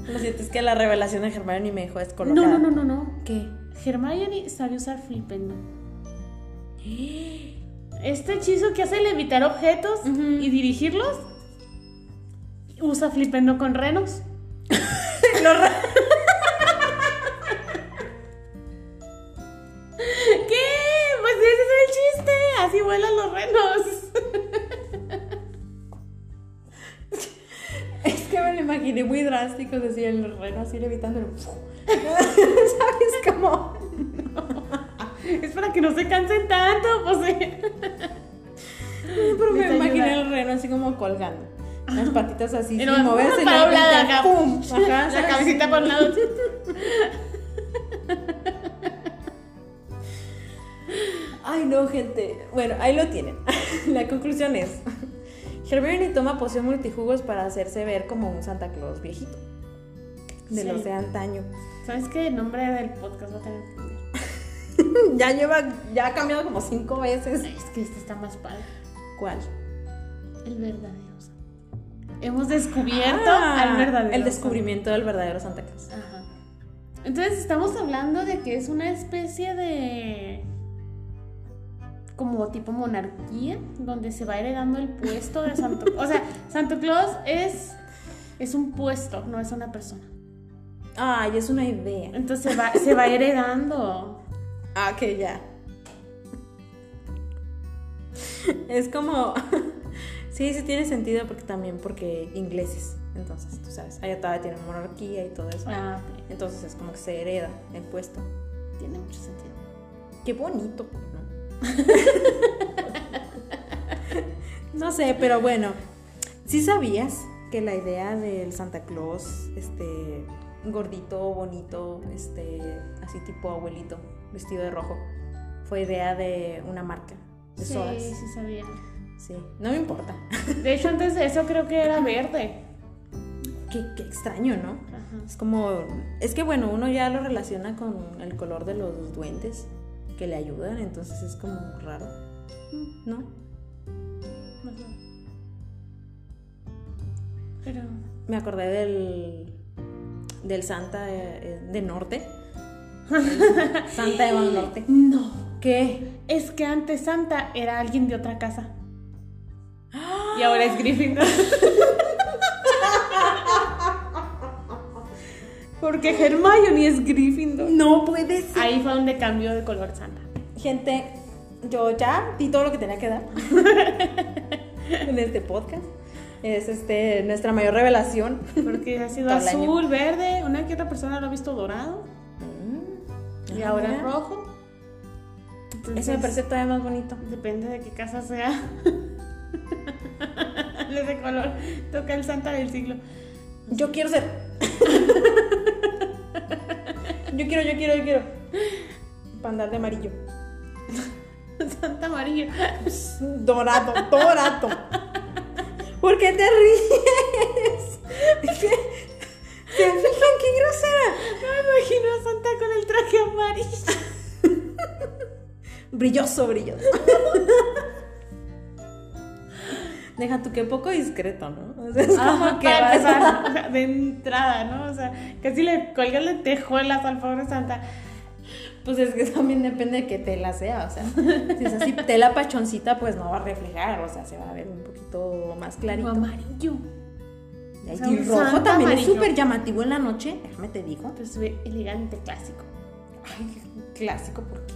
A: Lo siento, es que la revelación de Hermione me dejó
B: No,
A: descolocada.
B: no, no, no, no.
A: ¿Qué?
B: Hermione sabe usar flipendo. Este hechizo que hace levitar objetos
A: Ujú.
B: y dirigirlos, usa flipendo con renos.
A: Los re-
B: ¿Qué? Pues ese es el chiste. Así vuelan los renos.
A: es que me lo imaginé muy drástico, decía el reno así levitándolo. ¿Sabes cómo?
B: Es para que no se cansen tanto, pues. eh.
A: Pero me
B: Necesito
A: imaginé
B: ayuda.
A: el reno así como colgando. Las patitas así
B: Y
A: sin
B: nomás,
A: moverse. y
B: para
A: de
B: un lado,
A: repente,
B: acá,
A: ¡pum! Ajá,
B: La
A: ¿sabes?
B: cabecita por un lado.
A: Ay, no, gente. Bueno, ahí lo tienen. La conclusión es: Hermione toma poción multijugos para hacerse ver como un Santa Claus viejito. De
B: Sí.
A: los de antaño.
B: ¿Sabes qué? El nombre del podcast va a tener que cambiar.
A: Ya lleva, ya ha cambiado como cinco veces.
B: Ay, Es que este está más padre.
A: ¿Cuál?
B: El verdadero Santa. Hemos descubierto
A: Ah,
B: al verdadero
A: El
B: Santa.
A: descubrimiento del verdadero Santa Claus.
B: Ajá. Entonces estamos hablando de que es una especie de como tipo monarquía donde se va heredando el puesto de Santo o sea Santo Claus es es un puesto no es una persona
A: Ay, es una idea.
B: entonces se va se va heredando
A: Ah, que ya. Es como. Sí, sí tiene sentido porque también porque ingleses. Entonces, tú sabes, allá todavía tienen monarquía y todo eso.
B: ah, ok.
A: Entonces es como que se hereda el puesto.
B: tiene mucho sentido
A: Qué bonito, ¿no? no sé, pero bueno. ¿Sí sabías que la idea del Santa Claus, este, gordito, bonito, este, así tipo abuelito, vestido de rojo, fue idea de una marca de
B: sí
A: sodas?
B: sí sabía
A: Sí, no me importa.
B: de hecho antes de eso creo que era verde
A: Qué, qué extraño, ¿no?
B: Ajá.
A: Es como, es que bueno, uno ya lo relaciona con el color de los duendes que le ayudan, entonces es como raro,
B: Mm,
A: ¿no?
B: ajá. pero
A: Me acordé del, del Santa de, de Norte. El Santa de Ban Norte.
B: no
A: ¿Qué?
B: Es que antes Santa era alguien de otra casa. Y ahora es Gryffindor. Porque Hermione es Gryffindor.
A: No puede ser.
B: Ahí fue donde cambió de color Santa.
A: Gente, yo ya di todo lo que tenía que dar en este podcast. Es este, nuestra mayor revelación.
B: Porque ha sido
A: Todo el año.
B: azul, verde, una que otra persona lo ha visto dorado.
A: Mm.
B: Y
A: Ah,
B: ahora
A: mira.
B: rojo. Entonces,
A: Eso me parece todavía más bonito.
B: Depende de qué casa sea. De ese color toca el Santa del siglo.
A: Yo quiero ser. yo quiero, yo quiero, yo quiero. Para andar de amarillo.
B: Santa amarillo.
A: Dorado, dorado. ¿Por qué te ríes? ¿Qué? ¿Se fijan qué grosera?
B: No me imagino a Santa con el traje amarillo.
A: Brilloso, brilloso. Deja tú que poco discreto, ¿no? O sea, es como que
B: para
A: vas-
B: empezar, o sea, de entrada, ¿no? O sea, casi le colgan las tejuelas al pobre Santa.
A: Pues es que también depende de qué tela sea, o sea, si es así tela pachoncita, pues no va a reflejar, o sea, se va a ver un poquito más clarito.
B: amarillo.
A: Y
B: O sea,
A: el
B: un
A: rojo
B: santo
A: también
B: amarillo.
A: es súper llamativo en la noche, déjame te digo.
B: Pues se ve elegante, clásico.
A: Ay, clásico, porque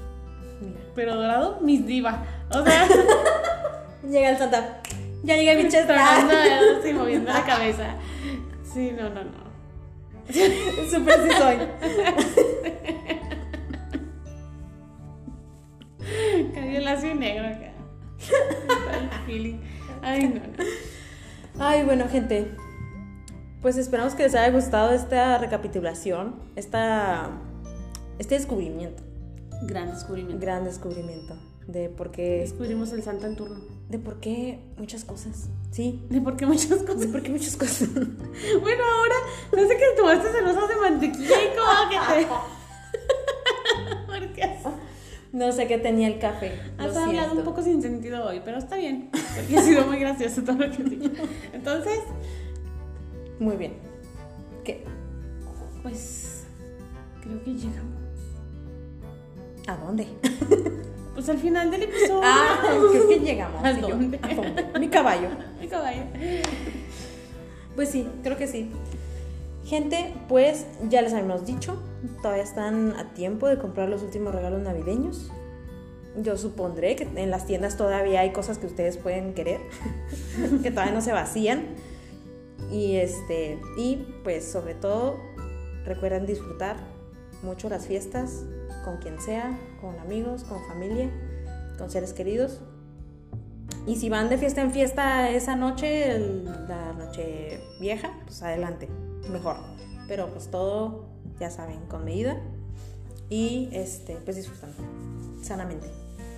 A: mira.
B: Pero dorado, mis diva. O sea,
A: Llega el Santa. Ya llega mi chestra.
B: tronando dedos y moviendo la cabeza. Sí, no, no, no.
A: Súper sí soy.
B: Cayó el ácido negro acá. Está el feeling. Ay, no, no.
A: Ay, bueno, gente. Pues esperamos que les haya gustado esta recapitulación, esta, este descubrimiento.
B: Gran descubrimiento.
A: Gran descubrimiento. de por qué,
B: Descubrimos el Santa en turno.
A: de por qué muchas cosas. Sí,
B: De por qué muchas
A: de
B: cosas.
A: por qué muchas cosas.
B: Bueno, ahora, no sé que tomaste celosa de mantequilla y como que te. ¿Por qué has,
A: No sé qué tenía el café. lo
B: has Ah, hablado
A: siento.
B: un poco sin sentido hoy? Pero está bien, porque ha sido muy gracioso todo lo que has dicho. Entonces,
A: Muy bien. ¿Qué?
B: pues. Creo que llegamos.
A: ¿A dónde?
B: Pues al final del episodio.
A: Ah, creo que llegamos.
B: ¿A
A: sí, yo.
B: dónde?
A: ¿A dónde? Mi caballo.
B: Ay, caballo.
A: Pues sí, creo que sí. Gente, pues ya les habíamos dicho, todavía están a tiempo de comprar los últimos regalos navideños. Yo supondré que en las tiendas todavía hay cosas que ustedes pueden querer, que todavía no se vacían. Y este, y pues sobre todo recuerden disfrutar mucho las fiestas con quien sea, con amigos, con familia, con seres queridos. Y si van de fiesta en fiesta esa noche, el- la noche vieja, pues adelante, mejor. Pero pues todo, ya saben, con medida y este, pues disfrutando sanamente.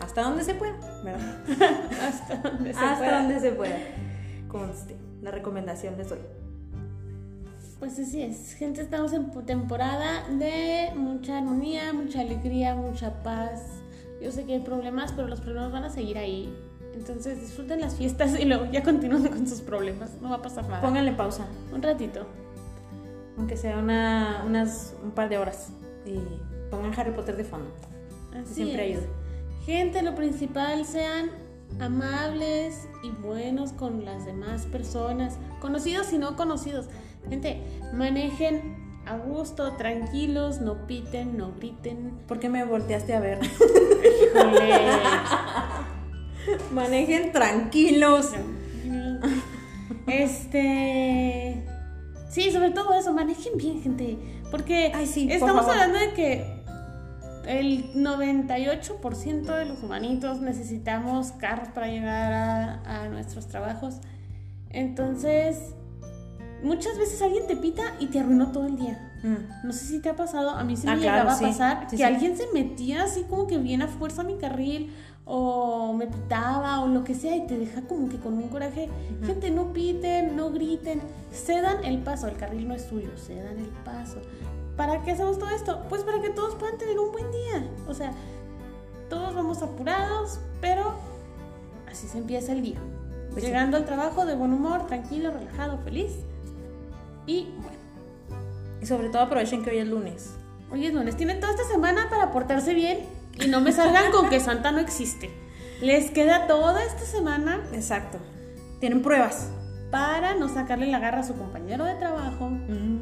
A: Hasta donde se pueda, ¿verdad?
B: Hasta donde se
A: Hasta
B: pueda.
A: donde se pueda. Conste, la recomendación les doy.
B: Pues así es, gente, estamos en pu- temporada de mucha armonía, mucha alegría, mucha paz. Yo sé que hay problemas, pero los problemas van a seguir ahí. Entonces disfruten las fiestas y luego ya continúen con sus problemas. No va a pasar nada.
A: Pónganle pausa,
B: Un ratito.
A: aunque sea una, unas, un par de horas. Y pongan Harry Potter de fondo.
B: Así
A: Siempre
B: es.
A: ayuda.
B: Gente, lo principal sean amables y buenos con las demás personas, conocidos y no conocidos. Gente, manejen a gusto, tranquilos, no piten, no griten.
A: ¿Por qué me volteaste a ver?
B: Híjole.
A: Manejen tranquilos.
B: Este. Sí, sobre todo eso, manejen bien, gente. Porque
A: Ay, sí, por
B: estamos
A: favor.
B: hablando de que el 98% de los humanitos necesitamos carros para llegar a, a nuestros trabajos. Entonces, muchas veces alguien te pita y te arruinó todo el día.
A: Mm.
B: No sé si te ha pasado, a mí sí
A: Ah,
B: me
A: claro,
B: llegaba
A: sí.
B: a pasar
A: Sí,
B: que
A: sí.
B: alguien se metía así como que bien a fuerza a mi carril o me pitaba o lo que sea y te deja como que con un coraje. Gente, no piten, no griten, cedan el paso, el carril no es suyo, cedan el paso. ¿Para qué hacemos todo esto? Pues para que todos puedan tener un buen día. O sea, todos vamos apurados, pero así se empieza el día.
A: Pues sí.
B: Llegando al trabajo de buen humor, tranquilo, relajado, feliz. Y bueno.
A: Y sobre todo aprovechen que hoy es lunes.
B: Hoy es lunes, tienen toda esta semana para portarse bien y no me salgan con que Santa no existe. Les queda toda esta semana
A: Exacto. Tienen pruebas.
B: para no sacarle la garra a su compañero de trabajo.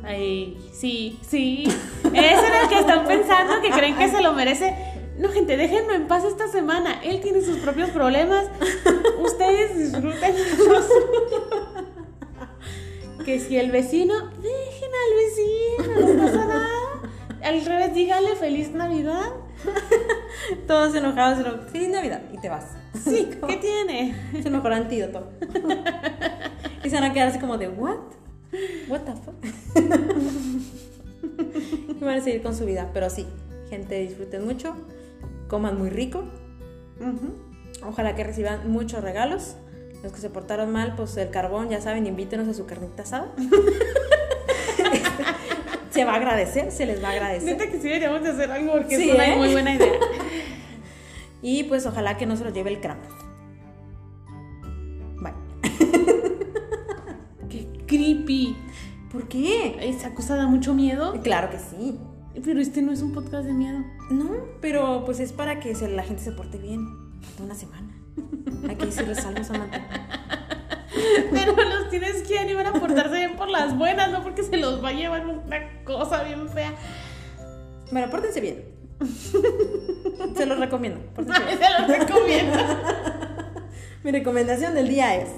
B: Ay, sí, sí. Ese era el que están pensando que creen que se lo merece. No, gente, déjenlo en paz esta semana. Él tiene sus propios problemas. Ustedes disfruten los Que si el vecino, dejen al vecino, no pasa nada. Al revés, díganle feliz Navidad.
A: Todos enojados. pero Feliz Navidad. Y te vas.
B: Sí, ¿qué tiene?
A: Es el mejor antídoto. y se van a quedar así como de, ¿what? ¿What the fuck? y van a seguir con su vida. Pero sí, gente, disfruten mucho. Coman muy rico. Ojalá que reciban muchos regalos. Los que se portaron mal, pues el carbón, ya saben, invítenos a su carnita asada. Este, se va a agradecer, se les va a agradecer.
B: Neta que sí deberíamos de hacer algo porque
A: Sí,
B: es una
A: ¿eh?
B: muy buena idea.
A: Y pues ojalá que no se lo lleve el Krampus. Bye.
B: Qué creepy.
A: ¿Por qué?
B: Esa cosa da mucho miedo.
A: Claro que sí.
B: Pero este no es un podcast de miedo.
A: No, pero pues es para que se- la gente se porte bien. Falta una semana. Hay que decirles algo, Samantha.
B: Pero los tienes que animar a portarse bien por las buenas, no porque se los va a llevar una cosa bien fea.
A: Bueno, pórtense bien. Se los recomiendo. pórtense bien.
B: Ay, se los recomiendo.
A: Mi recomendación del día es.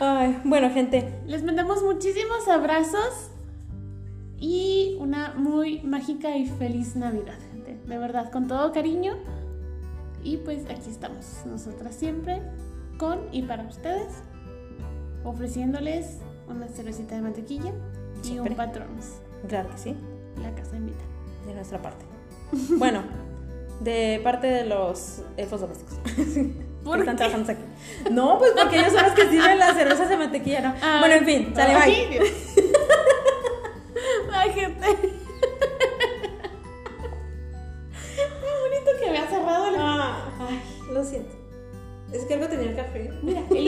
A: Ay, bueno, gente.
B: Les mandamos muchísimos abrazos y una muy mágica y feliz Navidad, gente. De verdad, con todo cariño. Y pues aquí estamos, nosotras siempre, con y para ustedes, ofreciéndoles una cervecita de mantequilla y
A: Siempre.
B: un patrón.
A: Claro que sí,
B: La casa invita.
A: de nuestra parte. Bueno, de parte de los elfos domésticos.
B: ¿Por
A: Que están trabajando aquí. No, pues porque ellos son los que sirven las cervezas de mantequilla, ¿no?
B: Ay,
A: bueno, en fin, sale
B: ay,
A: bye.
B: Dios. Ay, gente. Qué bonito que había cerrado el.
A: Ah, ay, lo siento. Es que algo tenía el café.
B: Mira, el ¿eh?